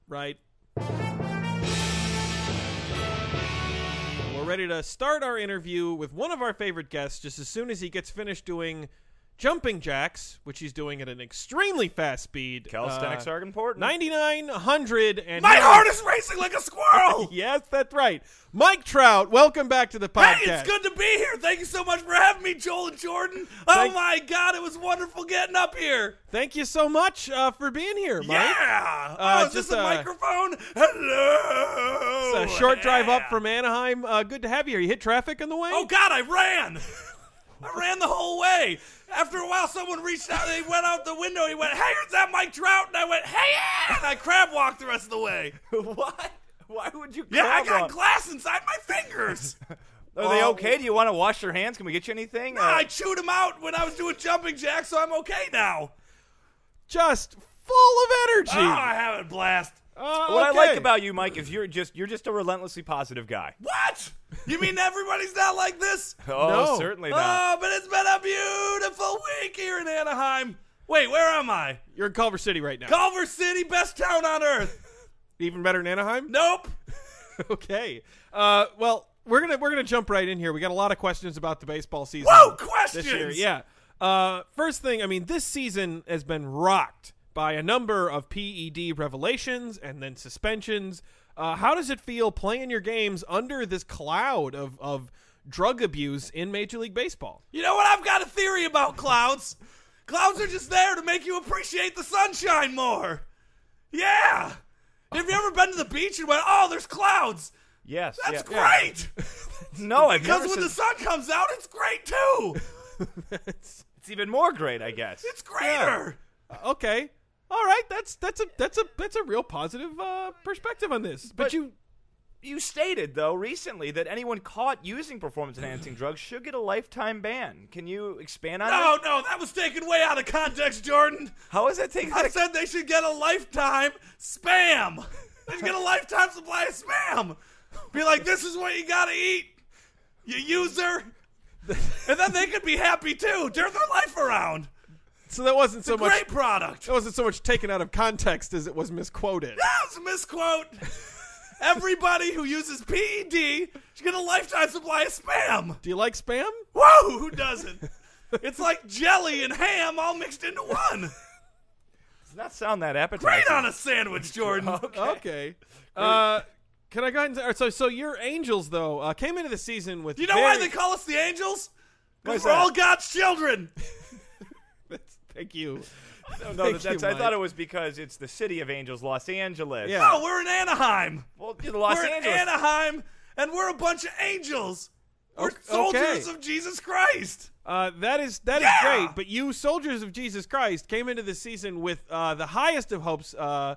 [SPEAKER 1] Right. We're ready to start our interview with one of our favorite guests just as soon as he gets finished doing jumping jacks, which he's doing at an extremely fast speed.
[SPEAKER 3] Calisthenics
[SPEAKER 1] uh,
[SPEAKER 3] are important.
[SPEAKER 1] 9,900 and.
[SPEAKER 2] My
[SPEAKER 1] he-
[SPEAKER 2] heart is racing like a squirrel.
[SPEAKER 1] Yes, that's right. Mike Trout, welcome back to the podcast.
[SPEAKER 2] Hey, it's good to be here. Thank you so much for having me, Joel and Jordan. Oh
[SPEAKER 1] Thank-
[SPEAKER 2] my God, it was wonderful getting up here.
[SPEAKER 1] Thank you so much uh, for being here, Mike.
[SPEAKER 2] Yeah.
[SPEAKER 1] Uh,
[SPEAKER 2] oh, is
[SPEAKER 1] just,
[SPEAKER 2] this a
[SPEAKER 1] uh,
[SPEAKER 2] microphone? Hello.
[SPEAKER 1] It's a short drive up
[SPEAKER 2] Yeah.
[SPEAKER 1] from Anaheim. Uh, good to have you here. You hit traffic on the way?
[SPEAKER 2] Oh God, I ran. I ran the whole way. After a while, someone reached out. They went out the window. He went, "Hey, is that Mike Trout?" And I went, "Hey!" Yeah! And I crab walked the rest of the way.
[SPEAKER 3] what? Why would you?
[SPEAKER 2] Yeah, I
[SPEAKER 3] grab
[SPEAKER 2] got
[SPEAKER 3] one?
[SPEAKER 2] glass inside my fingers.
[SPEAKER 3] Are they
[SPEAKER 2] Oh.
[SPEAKER 3] okay? Do you want to wash your hands? Can we get you anything? Uh,
[SPEAKER 2] Nah, I chewed him out when I was doing jumping jacks, so I'm okay now.
[SPEAKER 1] Just full of energy.
[SPEAKER 2] Oh, I have a blast.
[SPEAKER 1] Uh,
[SPEAKER 3] Ah. what I
[SPEAKER 1] okay.
[SPEAKER 3] like about you, Mike, is you're just you're just a relentlessly positive guy.
[SPEAKER 2] What? You mean everybody's not like this?
[SPEAKER 3] Oh,
[SPEAKER 1] No.
[SPEAKER 3] certainly not.
[SPEAKER 2] Oh, but it's been a beautiful week here in Anaheim. Wait, where am I?
[SPEAKER 1] You're in Culver City right now.
[SPEAKER 2] Culver City, best town on earth.
[SPEAKER 1] Even better than Anaheim.
[SPEAKER 2] Nope.
[SPEAKER 1] okay. Uh, well, we're gonna we're gonna jump right in here. We got a lot of questions about the baseball season.
[SPEAKER 2] Whoa,
[SPEAKER 1] this
[SPEAKER 2] questions.
[SPEAKER 1] year. Yeah. Uh, first thing, I mean, this season has been rocked by a number of PED revelations and then suspensions. Uh, how does it feel playing your games under this cloud of, of drug abuse in Major League Baseball?
[SPEAKER 2] You know what? I've got a theory about clouds. clouds are just there to make you appreciate the sunshine more. Yeah. Have you ever been to the beach and went, oh, there's clouds?
[SPEAKER 3] Yes,
[SPEAKER 2] That's
[SPEAKER 3] yeah, yeah.
[SPEAKER 2] great.
[SPEAKER 3] No, I've
[SPEAKER 2] Because
[SPEAKER 3] never
[SPEAKER 2] when the
[SPEAKER 3] said-
[SPEAKER 2] sun comes out, it's great too.
[SPEAKER 3] it's even more great, I guess.
[SPEAKER 2] It's greater.
[SPEAKER 1] Okay. All right, that's that's a that's a that's a real positive uh, perspective on this. But, you
[SPEAKER 3] You stated, though, recently that anyone caught using performance enhancing drugs should get a lifetime ban. Can you expand on
[SPEAKER 2] No,
[SPEAKER 3] that?
[SPEAKER 2] no, that was taken way out of context, Jordan.
[SPEAKER 3] How is that taken?
[SPEAKER 2] I said they should get a lifetime spam. They should get a lifetime supply of spam. Be like, this is what you gotta eat, you user. And then they could be happy too. Turn their life around.
[SPEAKER 1] So that wasn't so much
[SPEAKER 2] Great product.
[SPEAKER 1] that wasn't so much taken out of context as it was misquoted.
[SPEAKER 2] That was a misquote. Everybody who uses PED should get a lifetime supply of spam.
[SPEAKER 1] Do you like spam?
[SPEAKER 2] Whoa, who doesn't? It's like jelly and ham all mixed into one.
[SPEAKER 3] Does not sound that appetizing.
[SPEAKER 2] Great on a sandwich, Jordan.
[SPEAKER 1] Okay. Uh, can I go ahead and or so so your Angels though uh, came into the season with
[SPEAKER 2] You know
[SPEAKER 1] very,
[SPEAKER 2] why they call us the angels? Because
[SPEAKER 3] Why's
[SPEAKER 2] we're
[SPEAKER 3] that?
[SPEAKER 2] all God's children.
[SPEAKER 1] Thank you.
[SPEAKER 3] No,
[SPEAKER 1] Thank
[SPEAKER 3] no,
[SPEAKER 1] you,
[SPEAKER 3] that's, I thought
[SPEAKER 1] Mike.
[SPEAKER 3] it was because it's the city of angels, Los Angeles.
[SPEAKER 1] Yeah.
[SPEAKER 2] No, we're in Anaheim.
[SPEAKER 3] Well, the Los
[SPEAKER 2] we're
[SPEAKER 3] Angeles.
[SPEAKER 2] in Anaheim, and we're a bunch of angels. We're
[SPEAKER 1] Okay.
[SPEAKER 2] soldiers of Jesus Christ.
[SPEAKER 1] Uh, that is that is
[SPEAKER 2] Yeah!
[SPEAKER 1] great. But you, soldiers of Jesus Christ, came into the season with uh, the highest of hopes. Uh,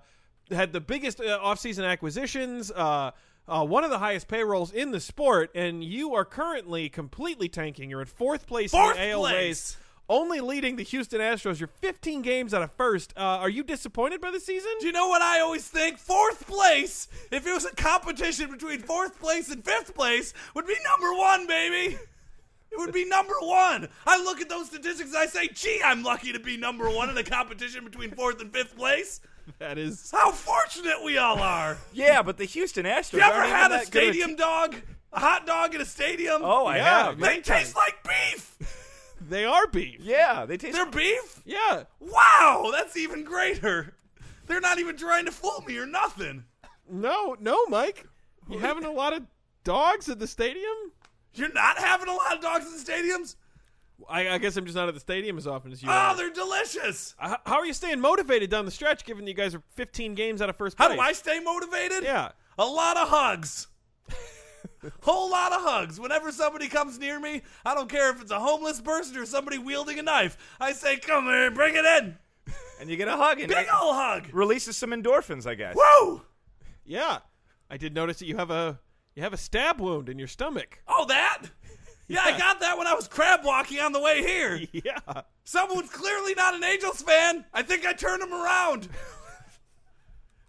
[SPEAKER 1] had the biggest uh, offseason acquisitions. Uh, uh, one of the highest payrolls in the sport, and you are currently completely tanking. You're in fourth place
[SPEAKER 2] Fourth
[SPEAKER 1] in the AL
[SPEAKER 2] place.
[SPEAKER 1] race, only leading the Houston Astros. You're 15 games out of first. Uh, are you disappointed by the season?
[SPEAKER 2] Do you know what I always think? Fourth place, if it was a competition between fourth place and fifth place, would be number one, baby. It would be number one. I look at those statistics and I say, gee, I'm lucky to be number one in a competition between fourth and fifth place.
[SPEAKER 1] That is
[SPEAKER 2] How fortunate we all are.
[SPEAKER 3] Yeah, but the Houston Astros.
[SPEAKER 2] You ever
[SPEAKER 3] aren't even
[SPEAKER 2] had a
[SPEAKER 3] that good of
[SPEAKER 2] stadium dog? A hot dog in a stadium?
[SPEAKER 3] Oh, I
[SPEAKER 1] Yeah.
[SPEAKER 3] have.
[SPEAKER 2] They taste like beef.
[SPEAKER 1] they are beef.
[SPEAKER 3] Yeah, they taste.
[SPEAKER 2] They're beef?
[SPEAKER 1] Yeah.
[SPEAKER 2] Wow, that's even greater. They're not even trying to fool me or nothing.
[SPEAKER 1] No, no, Mike. You having a lot of dogs at the stadium?
[SPEAKER 2] You're not having a lot of dogs in stadiums?
[SPEAKER 1] I, I guess I'm just not at the stadium as often as you
[SPEAKER 2] Oh,
[SPEAKER 1] are.
[SPEAKER 2] they're delicious.
[SPEAKER 1] H- How are you staying motivated down the stretch, given that you guys are 15 games out of first
[SPEAKER 2] How
[SPEAKER 1] place?
[SPEAKER 2] do I stay motivated?
[SPEAKER 1] Yeah.
[SPEAKER 2] A lot of hugs. Whole lot of hugs. Whenever somebody comes near me, I don't care if it's a homeless person or somebody wielding a knife. I say, "Come here, bring it in."
[SPEAKER 3] And you get a hug and
[SPEAKER 2] Big
[SPEAKER 3] it
[SPEAKER 2] ol' hug.
[SPEAKER 3] releases some endorphins, I guess.
[SPEAKER 2] Woo!
[SPEAKER 1] Yeah. I did notice that you have a you have a stab wound in your stomach.
[SPEAKER 2] Oh, that? Yeah, I
[SPEAKER 1] Yeah.
[SPEAKER 2] got that when I was crab walking on the way here.
[SPEAKER 1] Yeah.
[SPEAKER 2] Someone's clearly not an Angels fan. I think I turned him around.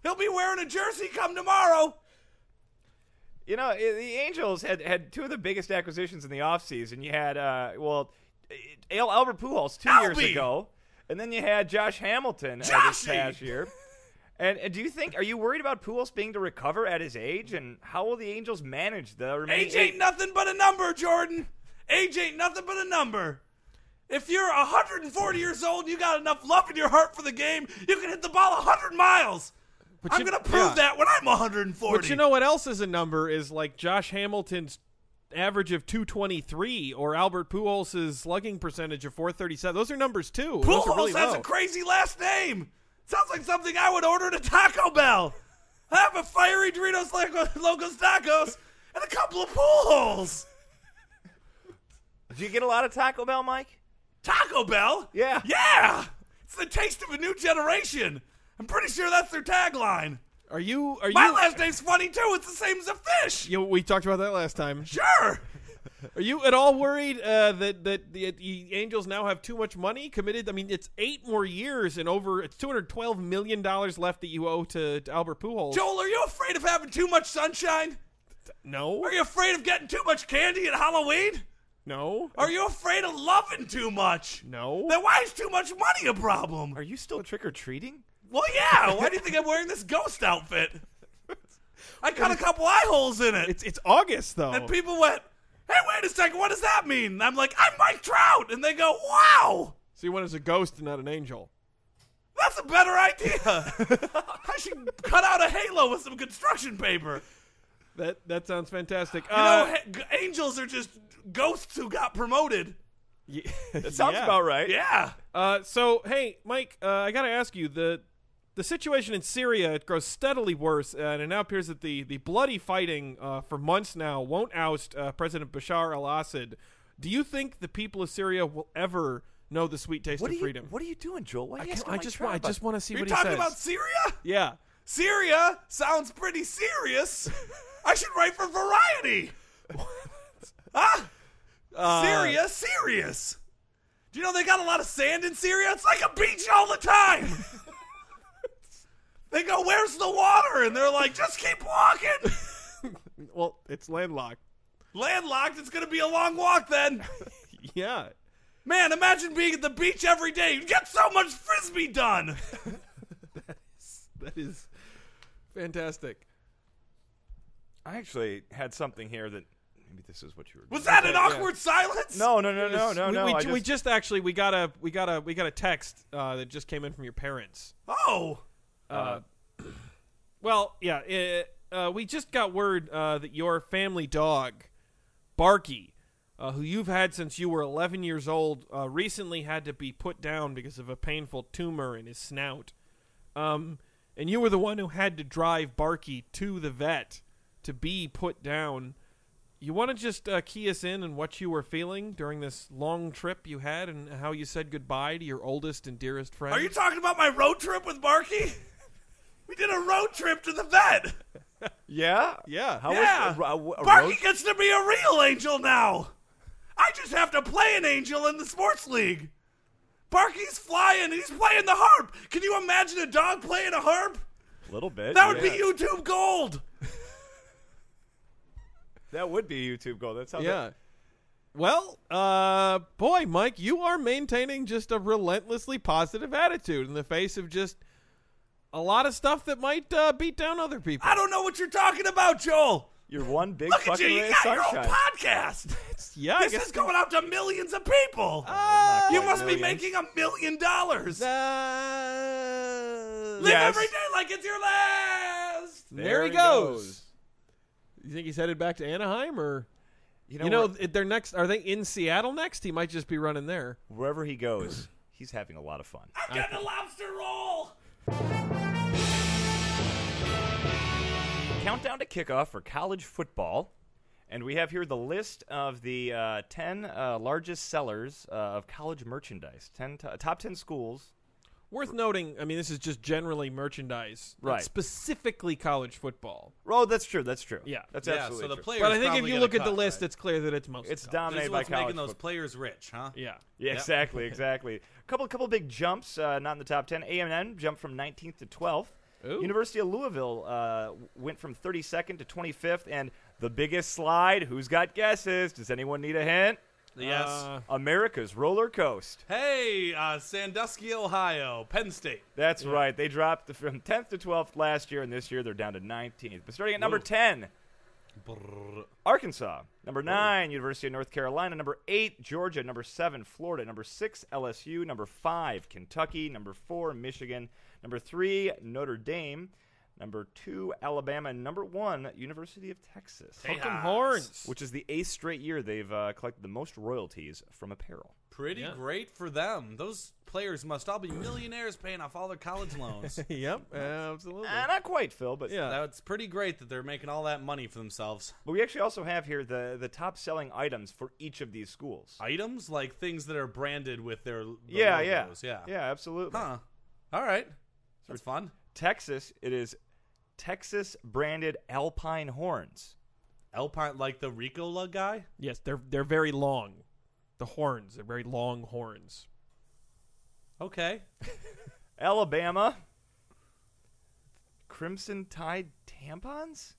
[SPEAKER 2] He'll be wearing a jersey come tomorrow.
[SPEAKER 3] You know, i- the Angels had, had two of the biggest acquisitions in the offseason. You had, uh, well, i- Al- Albert Pujols two
[SPEAKER 2] Albie!
[SPEAKER 3] years ago, and then you had Josh Hamilton uh, this
[SPEAKER 2] Joshy!
[SPEAKER 3] past year. And, and do you think, are you worried about Pujols being to recover at his age? And how will the Angels manage the remaining?
[SPEAKER 2] Age ain't nothing but a number, Jordan. Age ain't nothing but a number. If you're 140 years old and you got enough love in your heart for the game, you can hit the ball 100 miles.
[SPEAKER 1] But
[SPEAKER 2] I'm
[SPEAKER 1] you-
[SPEAKER 2] going to prove
[SPEAKER 1] yeah.
[SPEAKER 2] that when I'm 140.
[SPEAKER 1] But you know what else is a number is like Josh Hamilton's average of 223 or Albert Pujols' slugging percentage of 437. Those are numbers too. Those
[SPEAKER 2] Pujols
[SPEAKER 1] are really
[SPEAKER 2] has
[SPEAKER 1] low.
[SPEAKER 2] a crazy last name. Sounds like something I would order at a Taco Bell. I have a fiery Doritos Loco- Locos Tacos and a couple of pool holes.
[SPEAKER 3] Do you get a lot of Taco Bell, Mike?
[SPEAKER 2] Taco Bell?
[SPEAKER 3] Yeah.
[SPEAKER 2] Yeah! It's the taste of a new generation. I'm pretty sure that's their tagline.
[SPEAKER 1] are you are
[SPEAKER 2] My
[SPEAKER 1] you,
[SPEAKER 2] last name's funny too. It's the same as a fish.
[SPEAKER 1] you we talked about that last time.
[SPEAKER 2] Sure.
[SPEAKER 1] Are you at all worried uh, that that the, the Angels now have too much money committed? I mean, it's eight more years and over. It's two hundred twelve million dollars left that you owe to, to Albert Pujols.
[SPEAKER 2] Joel, are you afraid of having too much sunshine?
[SPEAKER 1] no,
[SPEAKER 2] Are you afraid of getting too much candy at Halloween?
[SPEAKER 1] no,
[SPEAKER 2] Are you afraid of loving too much?
[SPEAKER 1] no.
[SPEAKER 2] Then why is too much money a problem?
[SPEAKER 3] Are you still trick or treating?
[SPEAKER 2] Well, yeah. Why do you think I'm wearing this ghost outfit? I cut a couple eye holes in it.
[SPEAKER 1] It's it's August though.
[SPEAKER 2] And people went, hey, wait a second. What does that mean? And I'm like, I'm Mike Trout. And they go, wow.
[SPEAKER 1] so you went as a ghost and not an angel.
[SPEAKER 2] That's a better idea. I should cut out a halo with some construction paper.
[SPEAKER 1] That that sounds fantastic.
[SPEAKER 2] You
[SPEAKER 1] uh,
[SPEAKER 2] know, he- g- angels are just ghosts who got promoted.
[SPEAKER 1] that
[SPEAKER 3] Sounds about right.
[SPEAKER 2] Yeah.
[SPEAKER 1] Uh, so hey, Mike, uh, I gotta ask you the the situation in Syria it grows steadily worse, uh, and it now appears that the the bloody fighting uh, for months now won't oust uh, President Bashar al-Assad. Do you think the people of Syria will ever know the sweet taste
[SPEAKER 3] What are
[SPEAKER 1] of
[SPEAKER 3] you?
[SPEAKER 1] freedom?
[SPEAKER 3] What are you doing, Joel? Why are you
[SPEAKER 1] I, can't-
[SPEAKER 3] asking
[SPEAKER 1] I
[SPEAKER 3] Mike
[SPEAKER 1] just
[SPEAKER 3] Trout
[SPEAKER 1] want I
[SPEAKER 3] about-
[SPEAKER 1] just want to see
[SPEAKER 2] You're
[SPEAKER 1] what he
[SPEAKER 2] talking
[SPEAKER 1] says.
[SPEAKER 2] about Syria?
[SPEAKER 1] yeah.
[SPEAKER 2] Syria sounds pretty serious. I should write for Variety. ah,
[SPEAKER 1] Uh,
[SPEAKER 2] Syria, serious. Do you know they got a lot of sand in Syria? It's like a beach all the time. they go, "Where's the water?" And they're like, "Just keep walking."
[SPEAKER 1] Well, it's landlocked.
[SPEAKER 2] Landlocked. It's gonna be a long walk then.
[SPEAKER 1] Yeah.
[SPEAKER 2] Man, imagine being at the beach every day. You'd get so much frisbee done.
[SPEAKER 1] That is fantastic.
[SPEAKER 3] I actually had something here that maybe this is what you were.
[SPEAKER 2] Was that an awkward silence?
[SPEAKER 3] No, no, no, no, no,
[SPEAKER 1] we,
[SPEAKER 3] no.
[SPEAKER 1] We,
[SPEAKER 3] I
[SPEAKER 1] ju- we just actually we got a we got a we got a text uh, that just came in from your parents.
[SPEAKER 2] Oh.
[SPEAKER 3] uh,
[SPEAKER 1] Well, yeah, it, uh, we just got word uh, that your family dog, Barky, uh, who you've had since you were 11 years old, uh, recently had to be put down because of a painful tumor in his snout. Um, and you were the one who had to drive Barky to the vet to be put down. You want to just uh, key us in on what you were feeling during this long trip you had and how you said goodbye to your oldest and dearest friend?
[SPEAKER 2] Are you talking about my road trip with Barky? We did a road trip to the vet.
[SPEAKER 3] yeah,
[SPEAKER 1] Yeah.
[SPEAKER 3] How
[SPEAKER 2] Yeah.
[SPEAKER 3] was uh, a, ro- a, a
[SPEAKER 2] Barky
[SPEAKER 3] road?
[SPEAKER 2] gets to be a real angel now. I just have to play an angel in the sports league. Barky's flying and he's playing the harp. Can you imagine a dog playing a harp?
[SPEAKER 3] Little bit.
[SPEAKER 2] That would
[SPEAKER 3] yeah.
[SPEAKER 2] be YouTube gold.
[SPEAKER 3] That would be YouTube gold. That's how.
[SPEAKER 1] Yeah. Well, uh, boy, Mike, you are maintaining just a relentlessly positive attitude in the face of just a lot of stuff that might uh, beat down other people.
[SPEAKER 2] I don't know what you're talking about, Joel.
[SPEAKER 3] You're one big
[SPEAKER 2] Look at
[SPEAKER 3] fucking
[SPEAKER 2] you. You
[SPEAKER 3] ray of
[SPEAKER 2] got your own
[SPEAKER 3] sunshine.
[SPEAKER 2] podcast.
[SPEAKER 1] yeah, I
[SPEAKER 2] This
[SPEAKER 1] guess Oh,
[SPEAKER 2] is going out to millions of people.
[SPEAKER 3] Not
[SPEAKER 2] you
[SPEAKER 3] quite
[SPEAKER 2] must be
[SPEAKER 3] millions.
[SPEAKER 2] making a million dollars.
[SPEAKER 1] Uh,
[SPEAKER 2] Live
[SPEAKER 3] Yes.
[SPEAKER 2] every day like it's your last.
[SPEAKER 1] there, he goes. You think he's headed back to Anaheim, or
[SPEAKER 3] You know,
[SPEAKER 1] you know,
[SPEAKER 3] where-
[SPEAKER 1] if they're next? Are they in Seattle next? He might just be running there.
[SPEAKER 3] wherever he goes, he's having a lot of fun.
[SPEAKER 2] I'm getting a lobster roll.
[SPEAKER 3] Countdown to kickoff for college football. And we have here the list of the uh, 10 uh, largest sellers uh, of college merchandise. 10 to- top 10 schools.
[SPEAKER 1] Worth noting, I mean, this is just generally merchandise, not
[SPEAKER 3] Right.
[SPEAKER 1] Specifically, college football.
[SPEAKER 3] Oh, that's true. That's true.
[SPEAKER 1] Yeah.
[SPEAKER 3] That's
[SPEAKER 2] Yeah,
[SPEAKER 3] absolutely
[SPEAKER 2] so the
[SPEAKER 3] true.
[SPEAKER 2] players
[SPEAKER 1] But I think if
[SPEAKER 2] probably
[SPEAKER 1] you
[SPEAKER 2] get
[SPEAKER 1] look
[SPEAKER 2] a
[SPEAKER 1] at the
[SPEAKER 2] cut,
[SPEAKER 1] list,
[SPEAKER 2] right?
[SPEAKER 1] it's clear that it's mostly
[SPEAKER 3] it's
[SPEAKER 1] college.
[SPEAKER 2] This is
[SPEAKER 3] dominated by
[SPEAKER 2] what's
[SPEAKER 3] college
[SPEAKER 2] making those
[SPEAKER 3] football.
[SPEAKER 2] players rich, huh?
[SPEAKER 1] Yeah.
[SPEAKER 3] Yeah,
[SPEAKER 2] Yep.
[SPEAKER 3] exactly, exactly. A couple, couple big jumps, uh, not in the top ten. A&M jumped from 19th to 12th.
[SPEAKER 1] Ooh.
[SPEAKER 3] University of Louisville uh, w- went from 32nd to 25th, and the biggest slide. Who's got guesses? Does anyone need a hint?
[SPEAKER 2] Yes.
[SPEAKER 1] Uh,
[SPEAKER 3] America's roller coast.
[SPEAKER 2] hey, uh, Sandusky, Ohio, Penn State.
[SPEAKER 3] That's right. They dropped from 10th to 12th last year, and this year they're down to 19th. But starting at number 10, Arkansas. Number nine, University of North Carolina. Number eight, Georgia. Number seven, Florida. Number six, LSU. Number five, Kentucky. Number four, Michigan. Number three, Notre Dame. Number two, Alabama. And number one, University of Texas,
[SPEAKER 1] Fucking
[SPEAKER 2] Tejas.
[SPEAKER 1] horns.
[SPEAKER 3] which is the eighth straight year they've uh, collected the most royalties from apparel.
[SPEAKER 2] Pretty
[SPEAKER 1] Yeah.
[SPEAKER 2] great for them. Those players must all be millionaires paying off all their college loans.
[SPEAKER 1] Yep, absolutely.
[SPEAKER 3] Uh, not quite, Phil, but
[SPEAKER 1] Yeah.
[SPEAKER 2] That's pretty great that they're making all that money for themselves.
[SPEAKER 3] But we actually also have here the, the top selling items for each of these schools.
[SPEAKER 2] Items like things that are branded with their the
[SPEAKER 3] yeah, yeah,
[SPEAKER 2] logos. yeah,
[SPEAKER 3] yeah, absolutely.
[SPEAKER 2] Huh. All right. That's fun.
[SPEAKER 3] Texas, it is Texas branded Alpine horns.
[SPEAKER 2] Alpine, like the Ricola guy.
[SPEAKER 1] Yes, they're they're very long. The horns, they're very long horns.
[SPEAKER 2] Okay.
[SPEAKER 3] Alabama, Crimson Tide tampons.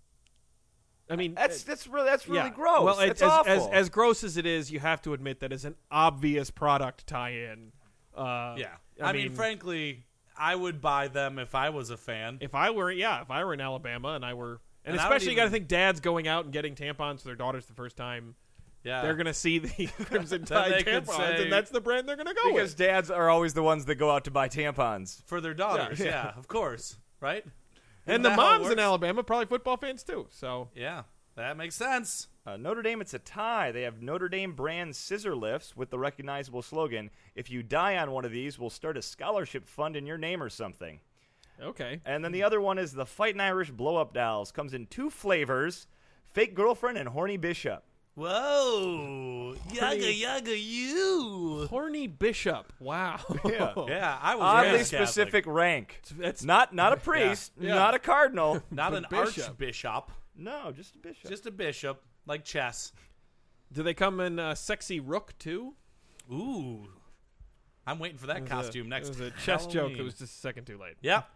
[SPEAKER 1] I mean,
[SPEAKER 3] That's
[SPEAKER 1] uh,
[SPEAKER 3] that's really that's really
[SPEAKER 1] yeah.
[SPEAKER 3] gross.
[SPEAKER 1] Well, it-
[SPEAKER 3] that's
[SPEAKER 1] as,
[SPEAKER 3] awful.
[SPEAKER 1] as as gross as it is, you have to admit that is an obvious product tie-in. Uh,
[SPEAKER 2] Yeah.
[SPEAKER 1] I, mean,
[SPEAKER 2] frankly, I would buy them if I was a fan.
[SPEAKER 1] if I were yeah, if I were in Alabama and I were, and,
[SPEAKER 2] And I would
[SPEAKER 1] especially you got to
[SPEAKER 2] even-
[SPEAKER 1] think dads going out and getting tampons for their daughters the first time.
[SPEAKER 2] Yeah.
[SPEAKER 1] They're gonna see the crimson
[SPEAKER 2] they
[SPEAKER 1] tide
[SPEAKER 2] could
[SPEAKER 1] tampons,
[SPEAKER 2] say-
[SPEAKER 1] and that's the brand they're gonna go
[SPEAKER 3] because
[SPEAKER 1] with.
[SPEAKER 3] dads are always the ones that go out to buy tampons.
[SPEAKER 2] for their daughters. Yeah,
[SPEAKER 1] Yeah.
[SPEAKER 2] of course, right? Isn't
[SPEAKER 1] And the
[SPEAKER 2] that how it
[SPEAKER 1] moms in
[SPEAKER 2] works?
[SPEAKER 1] Alabama probably football fans too. So
[SPEAKER 2] Yeah, that makes sense.
[SPEAKER 3] Uh, Notre Dame, it's a tie. They have Notre Dame brand scissor lifts with the recognizable slogan: "If you die on one of these, we'll start a scholarship fund in your name or something."
[SPEAKER 1] okay,
[SPEAKER 3] And then the other one is the Fightin' Irish blow up dolls. Comes in two flavors: fake girlfriend and horny bishop.
[SPEAKER 2] Whoa, yaga yaga you.
[SPEAKER 1] Horny bishop. Wow.
[SPEAKER 3] Yeah.
[SPEAKER 2] Yeah, I was
[SPEAKER 3] Oddly
[SPEAKER 2] raised Catholic.
[SPEAKER 3] specific rank.
[SPEAKER 1] That's
[SPEAKER 3] Not not a priest,
[SPEAKER 1] Oh, Yeah.
[SPEAKER 3] not a cardinal.
[SPEAKER 2] Not an
[SPEAKER 1] Bishop.
[SPEAKER 2] archbishop,
[SPEAKER 3] no, just a bishop.
[SPEAKER 2] just a bishop, like chess.
[SPEAKER 1] Do they come in uh, sexy rook too?
[SPEAKER 2] Ooh, I'm waiting for that
[SPEAKER 1] It was a-
[SPEAKER 2] costume next.
[SPEAKER 1] It was a chess joke
[SPEAKER 2] Halloween.
[SPEAKER 1] that was just a second too late.
[SPEAKER 2] Yep.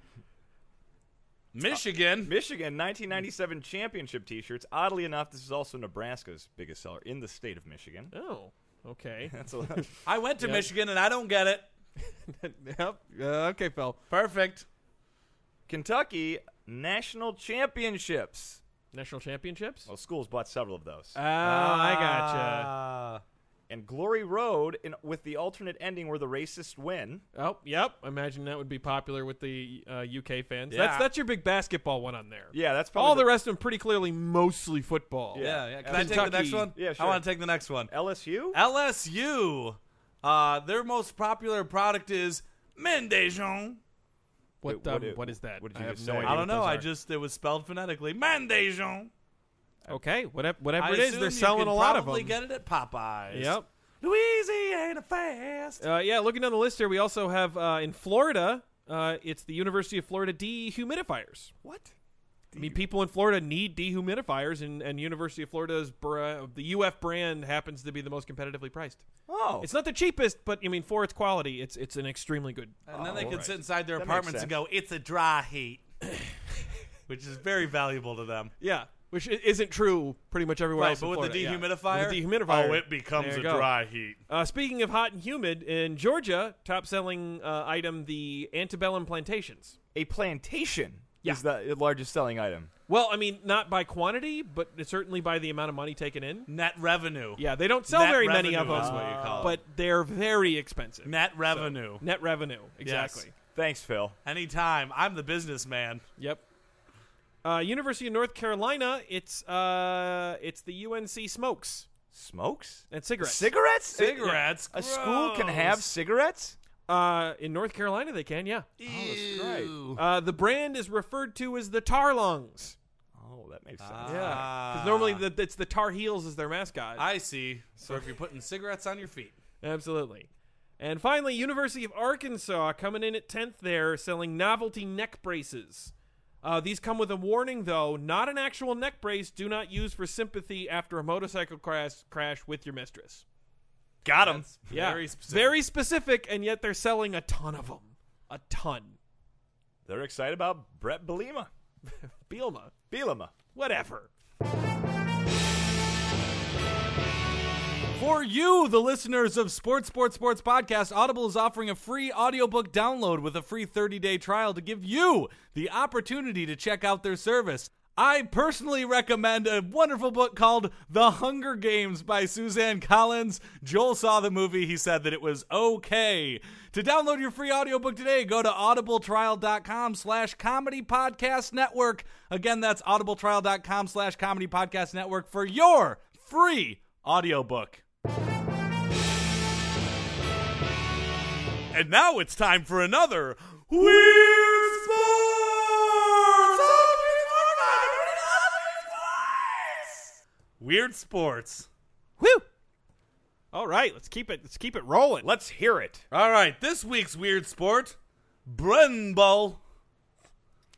[SPEAKER 2] Michigan.
[SPEAKER 3] Michigan 1997 championship T-shirts. Oddly enough, this is also Nebraska's biggest seller in the state of Michigan.
[SPEAKER 1] Oh, okay.
[SPEAKER 3] That's a
[SPEAKER 2] I went to
[SPEAKER 1] Yeah.
[SPEAKER 2] Michigan and I don't get it.
[SPEAKER 1] yep. Uh, okay, Phil.
[SPEAKER 2] Perfect.
[SPEAKER 3] Kentucky national championships.
[SPEAKER 1] National championships.
[SPEAKER 3] Well, schools bought several of those.
[SPEAKER 1] Oh, I
[SPEAKER 2] Ah.
[SPEAKER 1] gotcha.
[SPEAKER 2] gotcha.
[SPEAKER 3] and Glory Road, in, with the alternate ending where the racists win.
[SPEAKER 1] Oh, yep. I imagine that would be popular with the uh, UK fans.
[SPEAKER 2] Yeah.
[SPEAKER 1] That's that's your big basketball one on there.
[SPEAKER 3] Yeah, that's probably
[SPEAKER 1] All the rest of them pretty clearly mostly football.
[SPEAKER 2] Yeah,
[SPEAKER 3] Yeah.
[SPEAKER 2] yeah. Can I take the
[SPEAKER 1] Kentucky.
[SPEAKER 2] next one?
[SPEAKER 3] Yeah,
[SPEAKER 2] I
[SPEAKER 3] sure.
[SPEAKER 2] want to take the next one.
[SPEAKER 3] LSU.
[SPEAKER 2] LSU. Uh, their most popular product is Mendajon.
[SPEAKER 1] What
[SPEAKER 3] Wait, what
[SPEAKER 1] um,
[SPEAKER 3] i-
[SPEAKER 1] what is that?
[SPEAKER 3] what did
[SPEAKER 1] I
[SPEAKER 3] you
[SPEAKER 1] have
[SPEAKER 3] just
[SPEAKER 1] no
[SPEAKER 3] say?
[SPEAKER 1] idea
[SPEAKER 2] I
[SPEAKER 1] what
[SPEAKER 2] don't know.
[SPEAKER 1] those
[SPEAKER 2] I
[SPEAKER 1] are.
[SPEAKER 2] just it was spelled phonetically. Mendajon.
[SPEAKER 1] okay. Whatever, whatever
[SPEAKER 2] I
[SPEAKER 1] it is,
[SPEAKER 2] assume
[SPEAKER 1] they're
[SPEAKER 2] you
[SPEAKER 1] selling
[SPEAKER 2] can
[SPEAKER 1] a lot of
[SPEAKER 2] probably
[SPEAKER 1] them.
[SPEAKER 2] get it at Popeyes.
[SPEAKER 1] Yep.
[SPEAKER 2] Louisiana fast.
[SPEAKER 1] Uh, yeah, looking down the list here, we also have uh, in Florida, uh, it's the University of Florida dehumidifiers.
[SPEAKER 3] What?
[SPEAKER 1] I mean, people in Florida need dehumidifiers, and, and University of Florida's br- uh, the UF brand happens to be the most competitively priced.
[SPEAKER 3] Oh,
[SPEAKER 1] It's not the cheapest, but I mean, for its quality, it's it's an extremely good.
[SPEAKER 2] And then
[SPEAKER 3] Oh,
[SPEAKER 2] they can
[SPEAKER 3] right.
[SPEAKER 2] sit inside their
[SPEAKER 3] That makes
[SPEAKER 2] apartments and
[SPEAKER 3] sense.
[SPEAKER 2] go, "It's a dry heat," which is very valuable to them.
[SPEAKER 1] Yeah, which i- isn't true pretty much everywhere
[SPEAKER 2] Right,
[SPEAKER 1] else.
[SPEAKER 2] but
[SPEAKER 1] in
[SPEAKER 2] with the
[SPEAKER 1] Florida, yeah.
[SPEAKER 2] dehumidifier,
[SPEAKER 1] With the dehumidifier,
[SPEAKER 2] oh, it becomes
[SPEAKER 1] There you
[SPEAKER 2] a
[SPEAKER 1] go.
[SPEAKER 2] dry heat.
[SPEAKER 1] Uh, speaking of hot and humid, in Georgia, top selling uh, item the antebellum plantations.
[SPEAKER 3] a plantation
[SPEAKER 1] Yeah.
[SPEAKER 3] is the largest selling item.
[SPEAKER 1] Well, I mean, not by quantity, but certainly by the amount of money taken in.
[SPEAKER 2] Net revenue.
[SPEAKER 1] Yeah, they don't sell
[SPEAKER 2] Net
[SPEAKER 1] very many of
[SPEAKER 2] revenue
[SPEAKER 1] them,
[SPEAKER 2] is what you call it.
[SPEAKER 1] but they're very expensive.
[SPEAKER 2] Net revenue.
[SPEAKER 1] Net revenue, exactly.
[SPEAKER 3] Thanks, Phil.
[SPEAKER 2] Anytime. I'm the businessman.
[SPEAKER 1] Yep. Uh, University of North Carolina, it's uh, it's the UNC smokes
[SPEAKER 3] Smokes
[SPEAKER 1] and cigarettes.
[SPEAKER 3] cigarettes. Uh,
[SPEAKER 2] Cigarettes.
[SPEAKER 3] A school can have cigarettes. Oh,
[SPEAKER 1] uh, in North Carolina, they can, yeah.
[SPEAKER 3] that's great.
[SPEAKER 2] Ew.
[SPEAKER 1] Uh, the brand is referred to as the Tar Lungs.
[SPEAKER 3] Oh, that makes sense.
[SPEAKER 2] Ah.
[SPEAKER 1] because normally the, it's the Tar Heels is their mascot.
[SPEAKER 2] I see. So if you're putting cigarettes on your feet,
[SPEAKER 1] Absolutely. And finally, University of Arkansas coming in at 10th there, selling novelty neck braces. Uh, these come with a warning, though not an actual neck brace. Do not use for sympathy after a motorcycle crash, crash with your mistress.
[SPEAKER 2] got him.
[SPEAKER 1] Yeah.
[SPEAKER 2] Very specific.
[SPEAKER 1] Very specific, and yet they're selling a ton of them. A ton.
[SPEAKER 3] They're excited about Brett Bielema.
[SPEAKER 1] Bielma.
[SPEAKER 3] Bielema.
[SPEAKER 1] Whatever.
[SPEAKER 2] For you, the listeners of Sports Sports Sports Podcast, Audible is offering a free audiobook download with a free 30-day trial to give you the opportunity to check out their service. I personally recommend a wonderful book called The Hunger Games by Suzanne Collins. Joel saw the movie, he said that it was okay. To download your free audiobook today, go to audibletrial.com slash comedy podcast network. Again, that's audibletrial.com slash comedy podcast network for your free audiobook. And now it's time for another Weird Sports! Weird Sports.
[SPEAKER 1] Whew! All right, let's keep it. Let's keep it rolling.
[SPEAKER 3] Let's hear it.
[SPEAKER 2] All right, this week's Weird Sport, Brenball.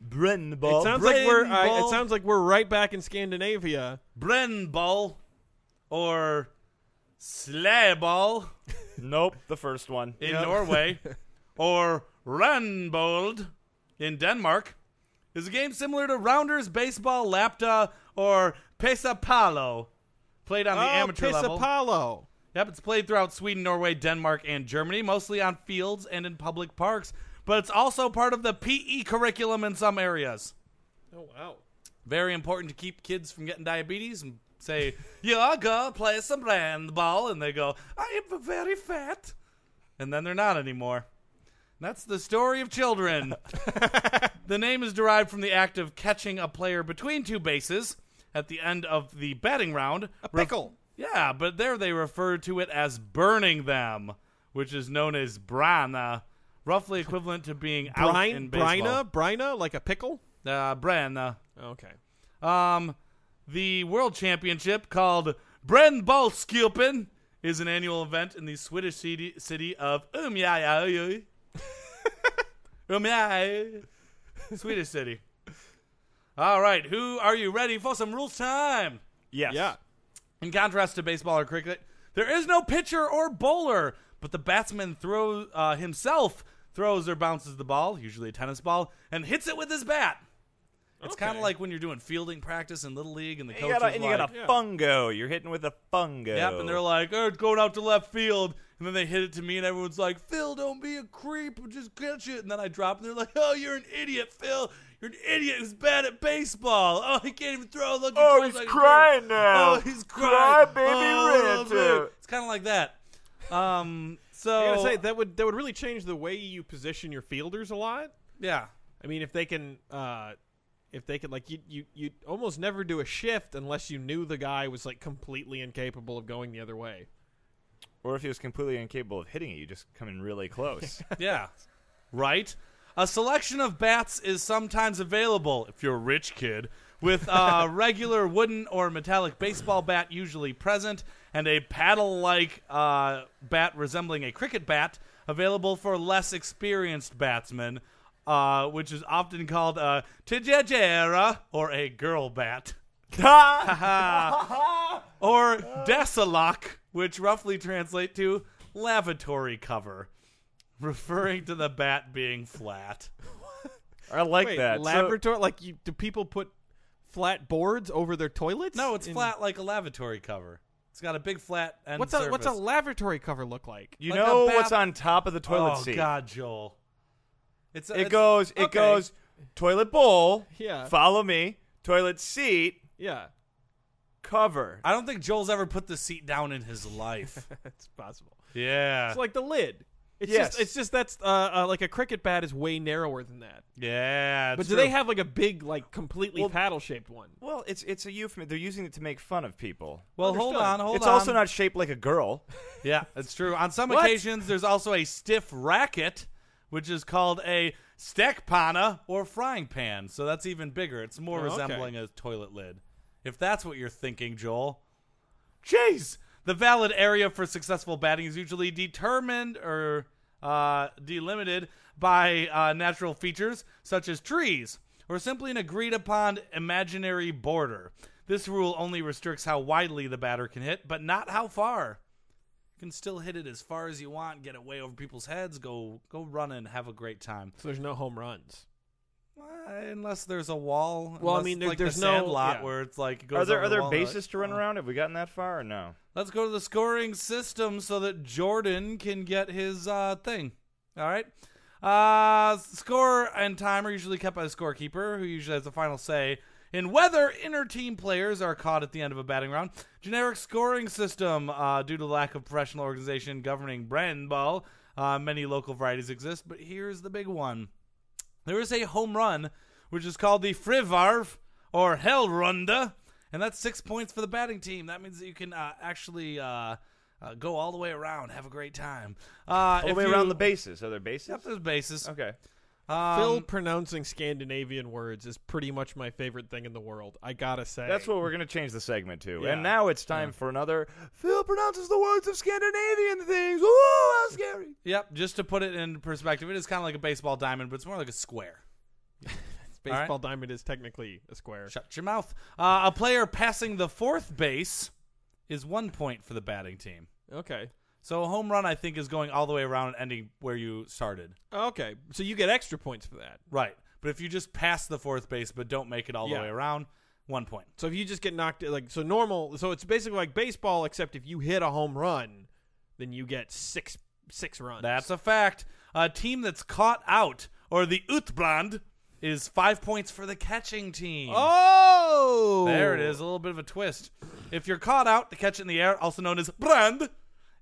[SPEAKER 3] Brenball.
[SPEAKER 1] it sounds like we're. I-
[SPEAKER 2] Rainbow.
[SPEAKER 1] it sounds like we're right back in Scandinavia.
[SPEAKER 2] Brenball, or Slæball
[SPEAKER 3] nope, the first one.
[SPEAKER 2] in Norway, or Ranbold in Denmark, is a game similar to Rounders, Baseball, Lapta, or Pesapalo, played on the
[SPEAKER 1] oh,
[SPEAKER 2] amateur level.
[SPEAKER 1] Pisapalo.
[SPEAKER 2] Yep, it's played throughout Sweden, Norway, Denmark, and Germany, mostly on fields and in public parks, but it's also part of the PE curriculum in some areas.
[SPEAKER 1] Oh wow.
[SPEAKER 2] Very important to keep kids from getting diabetes and say, Yeah, go play some handball. And they go, I am very fat. And then they're not anymore. And that's the story of children. the name is derived from the act of catching a player between two bases at the end of the batting round. A
[SPEAKER 1] pickle.
[SPEAKER 2] yeah, but there they refer to it as burning them, which is known as brana, roughly equivalent to being out in
[SPEAKER 1] Brine,
[SPEAKER 2] baseball.
[SPEAKER 1] brina, brina, like a pickle.
[SPEAKER 2] Uh, brana.
[SPEAKER 1] Okay.
[SPEAKER 2] Um, the world championship called Brännbollskupen is an annual event in the Swedish city, city of Umeå. Umeå. Swedish city. All right, who are you ready for some rules time?
[SPEAKER 3] Yes.
[SPEAKER 1] Yeah.
[SPEAKER 2] In contrast to baseball or cricket, there is no pitcher or bowler, but the batsman throws uh, himself throws or bounces the ball, usually a tennis ball, and hits it with his bat. It's kind of like when you're doing fielding practice in little league, and the
[SPEAKER 3] You
[SPEAKER 2] coach
[SPEAKER 3] got a,
[SPEAKER 2] is
[SPEAKER 3] and you got
[SPEAKER 2] like-
[SPEAKER 3] a fungo. You're hitting with a fungo.
[SPEAKER 2] Yep, and they're like, oh, it's going out to left field. And then they hit it to me, and everyone's like, Phil, don't be a creep. Just catch it. And then I drop, and they're like, oh, you're an idiot, Phil. You're an idiot who's bad at baseball. Oh, he can't even throw. Look, he
[SPEAKER 3] Oh,
[SPEAKER 2] throws
[SPEAKER 3] he's
[SPEAKER 2] like a
[SPEAKER 3] crying
[SPEAKER 2] jerk.
[SPEAKER 3] now.
[SPEAKER 2] Oh, he's
[SPEAKER 3] Cry,
[SPEAKER 2] crying.
[SPEAKER 3] baby,
[SPEAKER 2] oh,
[SPEAKER 3] rent
[SPEAKER 2] look.
[SPEAKER 3] it.
[SPEAKER 2] It's kind of like that. Um, so,
[SPEAKER 1] I gotta say that would that would really change the way you position your fielders a lot.
[SPEAKER 2] yeah.
[SPEAKER 1] I mean, if they can, uh, if they can, like you, you, you almost never do a shift unless you knew the guy was like completely incapable of going the other way.
[SPEAKER 3] Or if he was completely incapable of hitting it, you just come in really close.
[SPEAKER 2] Yeah. Right? A selection of bats is sometimes available if you're a rich kid, with a regular wooden or metallic baseball bat usually present, and a paddle like uh, bat resembling a cricket bat available for less experienced batsmen, uh, which is often called a tijajera or a girl bat or desalock, which roughly translate to lavatory cover, referring to the bat being flat.
[SPEAKER 3] I like
[SPEAKER 1] Wait,
[SPEAKER 3] that. So-
[SPEAKER 1] laboratory? like, you, do people put flat boards over their toilets?
[SPEAKER 2] No, it's
[SPEAKER 1] In-
[SPEAKER 2] flat like a lavatory cover. It's got a big flat end
[SPEAKER 1] What's a
[SPEAKER 2] surface.
[SPEAKER 1] what's a laboratory cover look like?
[SPEAKER 3] you
[SPEAKER 2] like a
[SPEAKER 3] know
[SPEAKER 2] bath-
[SPEAKER 3] what's on top of the toilet
[SPEAKER 2] oh,
[SPEAKER 3] seat?
[SPEAKER 2] God, Joel. It's a,
[SPEAKER 3] It
[SPEAKER 2] it's-
[SPEAKER 3] goes. It
[SPEAKER 1] okay.
[SPEAKER 3] goes. Toilet bowl.
[SPEAKER 1] Yeah.
[SPEAKER 3] Follow me. Toilet seat.
[SPEAKER 1] Yeah,
[SPEAKER 3] Cover.
[SPEAKER 2] I don't think Joel's ever put the seat down in his life.
[SPEAKER 1] it's possible.
[SPEAKER 2] yeah.
[SPEAKER 1] It's like the lid. It's
[SPEAKER 3] Yes.
[SPEAKER 1] just it's just that's uh, uh, like a cricket bat is way narrower than that.
[SPEAKER 2] yeah.
[SPEAKER 1] But
[SPEAKER 2] it's
[SPEAKER 1] do they
[SPEAKER 2] true.
[SPEAKER 1] have like a big like completely
[SPEAKER 3] Well-
[SPEAKER 1] paddle shaped one?
[SPEAKER 3] well, it's it's a euphemism. They're using it to make fun of people.
[SPEAKER 2] Well, hold
[SPEAKER 1] Understood.
[SPEAKER 2] on, hold
[SPEAKER 3] it's
[SPEAKER 2] on.
[SPEAKER 3] also not shaped like a girl.
[SPEAKER 2] Yeah, that's true. On some
[SPEAKER 1] What?
[SPEAKER 2] occasions, there's also a stiff racket, which is called a stekpana or frying pan. So that's even bigger. It's more
[SPEAKER 1] Oh, okay.
[SPEAKER 2] resembling a toilet lid. If that's what you're thinking, Joel. Jeez! The valid area for successful batting is usually determined or uh, delimited by uh, natural features such as trees or simply an agreed upon imaginary border. This rule only restricts how widely the batter can hit, but not how far can still hit it as far as you want, get it way over people's heads, go go running, have a great time.
[SPEAKER 1] So there's no home runs.
[SPEAKER 2] Uh, unless there's a wall.
[SPEAKER 1] Well, I
[SPEAKER 2] unless
[SPEAKER 1] mean,
[SPEAKER 2] it's
[SPEAKER 1] there-
[SPEAKER 2] like the
[SPEAKER 1] there's no-
[SPEAKER 2] Sandlot
[SPEAKER 1] yeah.
[SPEAKER 2] where it's like it goes
[SPEAKER 3] Are there
[SPEAKER 2] over the Oh.
[SPEAKER 3] other
[SPEAKER 2] wall and they're like,
[SPEAKER 3] bases to run around? Have we gotten that far or no?
[SPEAKER 2] Let's go to the scoring system so that Jordan can get his uh, thing. All right. Uh, score and time are usually kept by the scorekeeper, who usually has the final say in whether inter-team players are caught at the end of a batting round. Generic scoring system, uh, due to the lack of professional organization governing brand ball, uh, many local varieties exist, but here's the big one. There is a home run, which is called the Frivarv or Hellrunda, and that's six points for the batting team. That means that you can uh, actually uh, uh, go all the way around, have a great time. Uh,
[SPEAKER 3] All the
[SPEAKER 2] if
[SPEAKER 3] way
[SPEAKER 2] you-
[SPEAKER 3] around the bases. Are there bases?
[SPEAKER 2] Yep, there's bases.
[SPEAKER 3] Okay.
[SPEAKER 2] Um,
[SPEAKER 1] Phil pronouncing Scandinavian words is pretty much my favorite thing in the world. I gotta say.
[SPEAKER 3] That's what we're going to change the segment to.
[SPEAKER 1] Yeah.
[SPEAKER 3] And now it's time for another Phil pronounces the words of Scandinavian things. Ooh, how scary.
[SPEAKER 2] Yep, just to put it in perspective, it is kind of like a baseball diamond, but it's more like a square.
[SPEAKER 1] baseball diamond is technically a square.
[SPEAKER 2] Shut your mouth. Uh, a player passing the fourth base is one point for the batting team.
[SPEAKER 1] Okay.
[SPEAKER 2] So a home run, I think, is going all the way around and ending where you started.
[SPEAKER 1] Okay. So you get extra points for that.
[SPEAKER 2] Right. But if you just pass the fourth base but don't make it all
[SPEAKER 1] Yeah.
[SPEAKER 2] the way around, one point.
[SPEAKER 1] So if you just get knocked like so normal so it's basically like baseball except if you hit a home run, then you get six six runs.
[SPEAKER 2] That's a fact. A team that's caught out, or the Utbrand, is five points for the catching team.
[SPEAKER 1] Oh
[SPEAKER 2] There it is, a little bit of a twist. If you're caught out, the catch it in the air, also known as brand,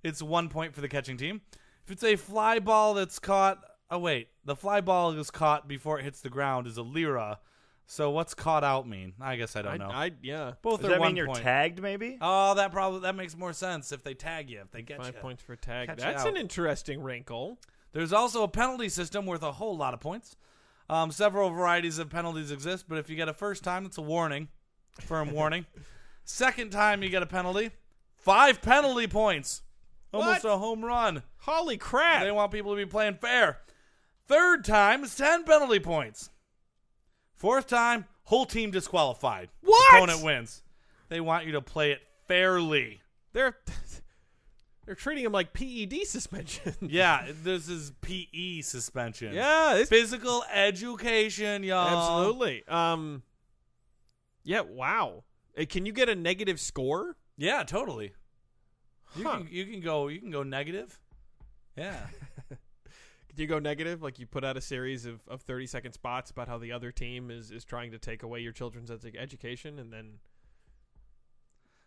[SPEAKER 2] it's one point for the catching team. If it's a fly ball that's caught, oh wait, the fly ball is caught before it hits the ground is a lira. So what's caught out mean? I guess I don't
[SPEAKER 1] I,
[SPEAKER 2] know.
[SPEAKER 1] I yeah.
[SPEAKER 2] Both
[SPEAKER 3] Does
[SPEAKER 2] are
[SPEAKER 3] that
[SPEAKER 2] one
[SPEAKER 3] mean you're
[SPEAKER 2] point.
[SPEAKER 3] tagged, maybe?
[SPEAKER 2] oh, that probably that makes more sense if they tag you, if they get
[SPEAKER 1] Five
[SPEAKER 2] you.
[SPEAKER 1] points for tag.
[SPEAKER 2] Catch you
[SPEAKER 1] That's
[SPEAKER 2] out.
[SPEAKER 1] an interesting wrinkle.
[SPEAKER 2] There's also a penalty system worth a whole lot of points. Um, several varieties of penalties exist, but if you get a first time, it's a warning, firm warning. Second time, you get a penalty. Five penalty points. Almost
[SPEAKER 1] What?
[SPEAKER 2] a home run.
[SPEAKER 1] Holy crap!
[SPEAKER 2] They want people to be playing fair. Third time is 10 penalty points. Fourth time, whole team disqualified.
[SPEAKER 1] What?
[SPEAKER 2] Opponent wins. They want you to play it fairly.
[SPEAKER 1] they're they're treating him like PED suspension.
[SPEAKER 2] Yeah, this is PE suspension.
[SPEAKER 1] yeah, it's,
[SPEAKER 2] Physical education, y'all.
[SPEAKER 1] absolutely. Um, yeah, wow. Uh, Can you get a negative score?
[SPEAKER 2] Yeah, totally. You
[SPEAKER 1] Huh.
[SPEAKER 2] can you can go you can go negative. Yeah.
[SPEAKER 1] Do you go negative? Like you put out a series of, of 30 second spots about how the other team is, is trying to take away your children's edu- education and then.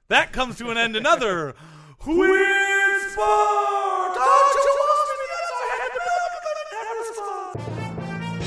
[SPEAKER 2] That comes to an end another Weird Sport! Don't you want me? That's all I had to know because I never respond.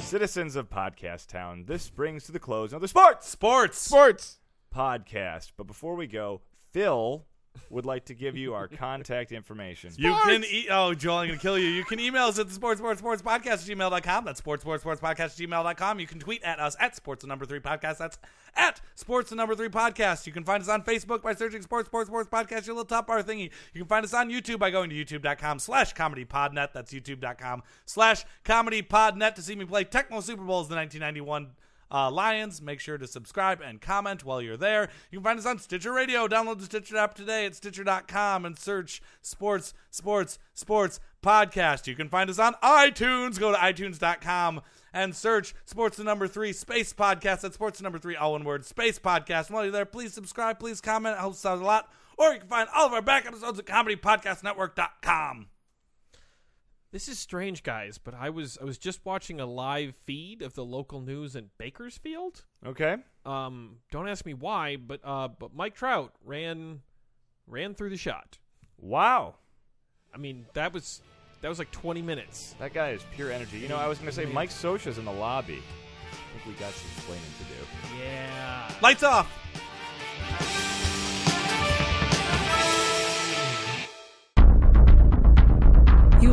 [SPEAKER 3] Citizens of Podcast Town, this brings to the close another sports
[SPEAKER 2] Sports!
[SPEAKER 1] Sports!
[SPEAKER 3] podcast. But before we go, Phil would like to give you our contact information.
[SPEAKER 2] You can
[SPEAKER 1] Sports!
[SPEAKER 2] e- oh Joel, I'm gonna kill you. You can email us at the sports sports sports podcast at gmail.com. That's sports sports sports podcast at gmail.com. You can tweet at us at sports the number three podcast. That's at sports the number three podcast. You can find us on Facebook by searching sports sports sports podcast, your little top bar thingy. You can find us on YouTube by going to youtube.com slash comedy podnet. That's youtube.com slash comedy podnet to see me play Tecmo Super Bowls the nineteen ninety one uh, Lions. Make sure to subscribe and comment while you're there. You can find us on Stitcher Radio. Download the Stitcher app today at Stitcher.com and search Sports, Sports, Sports Podcast. You can find us on iTunes. Go to iTunes.com and search Sports the Number Three Space Podcast. That's Sports the Number Three, all one word, Space Podcast. And while you're there, please subscribe, please comment. It helps us out a lot. Or you can find all of our back episodes at ComedyPodcastNetwork.com.
[SPEAKER 1] This is strange, guys, but I was I was just watching a live feed of the local news in Bakersfield.
[SPEAKER 3] Okay.
[SPEAKER 1] Um, don't ask me why, but uh, but Mike Trout ran ran through the shot.
[SPEAKER 3] Wow.
[SPEAKER 1] I mean, that was that was like 20 minutes.
[SPEAKER 3] That guy is pure energy. You know, I was going to say Mike Sosha's in the lobby. I think we got some explaining to do.
[SPEAKER 1] Yeah.
[SPEAKER 2] Lights off.
[SPEAKER 4] You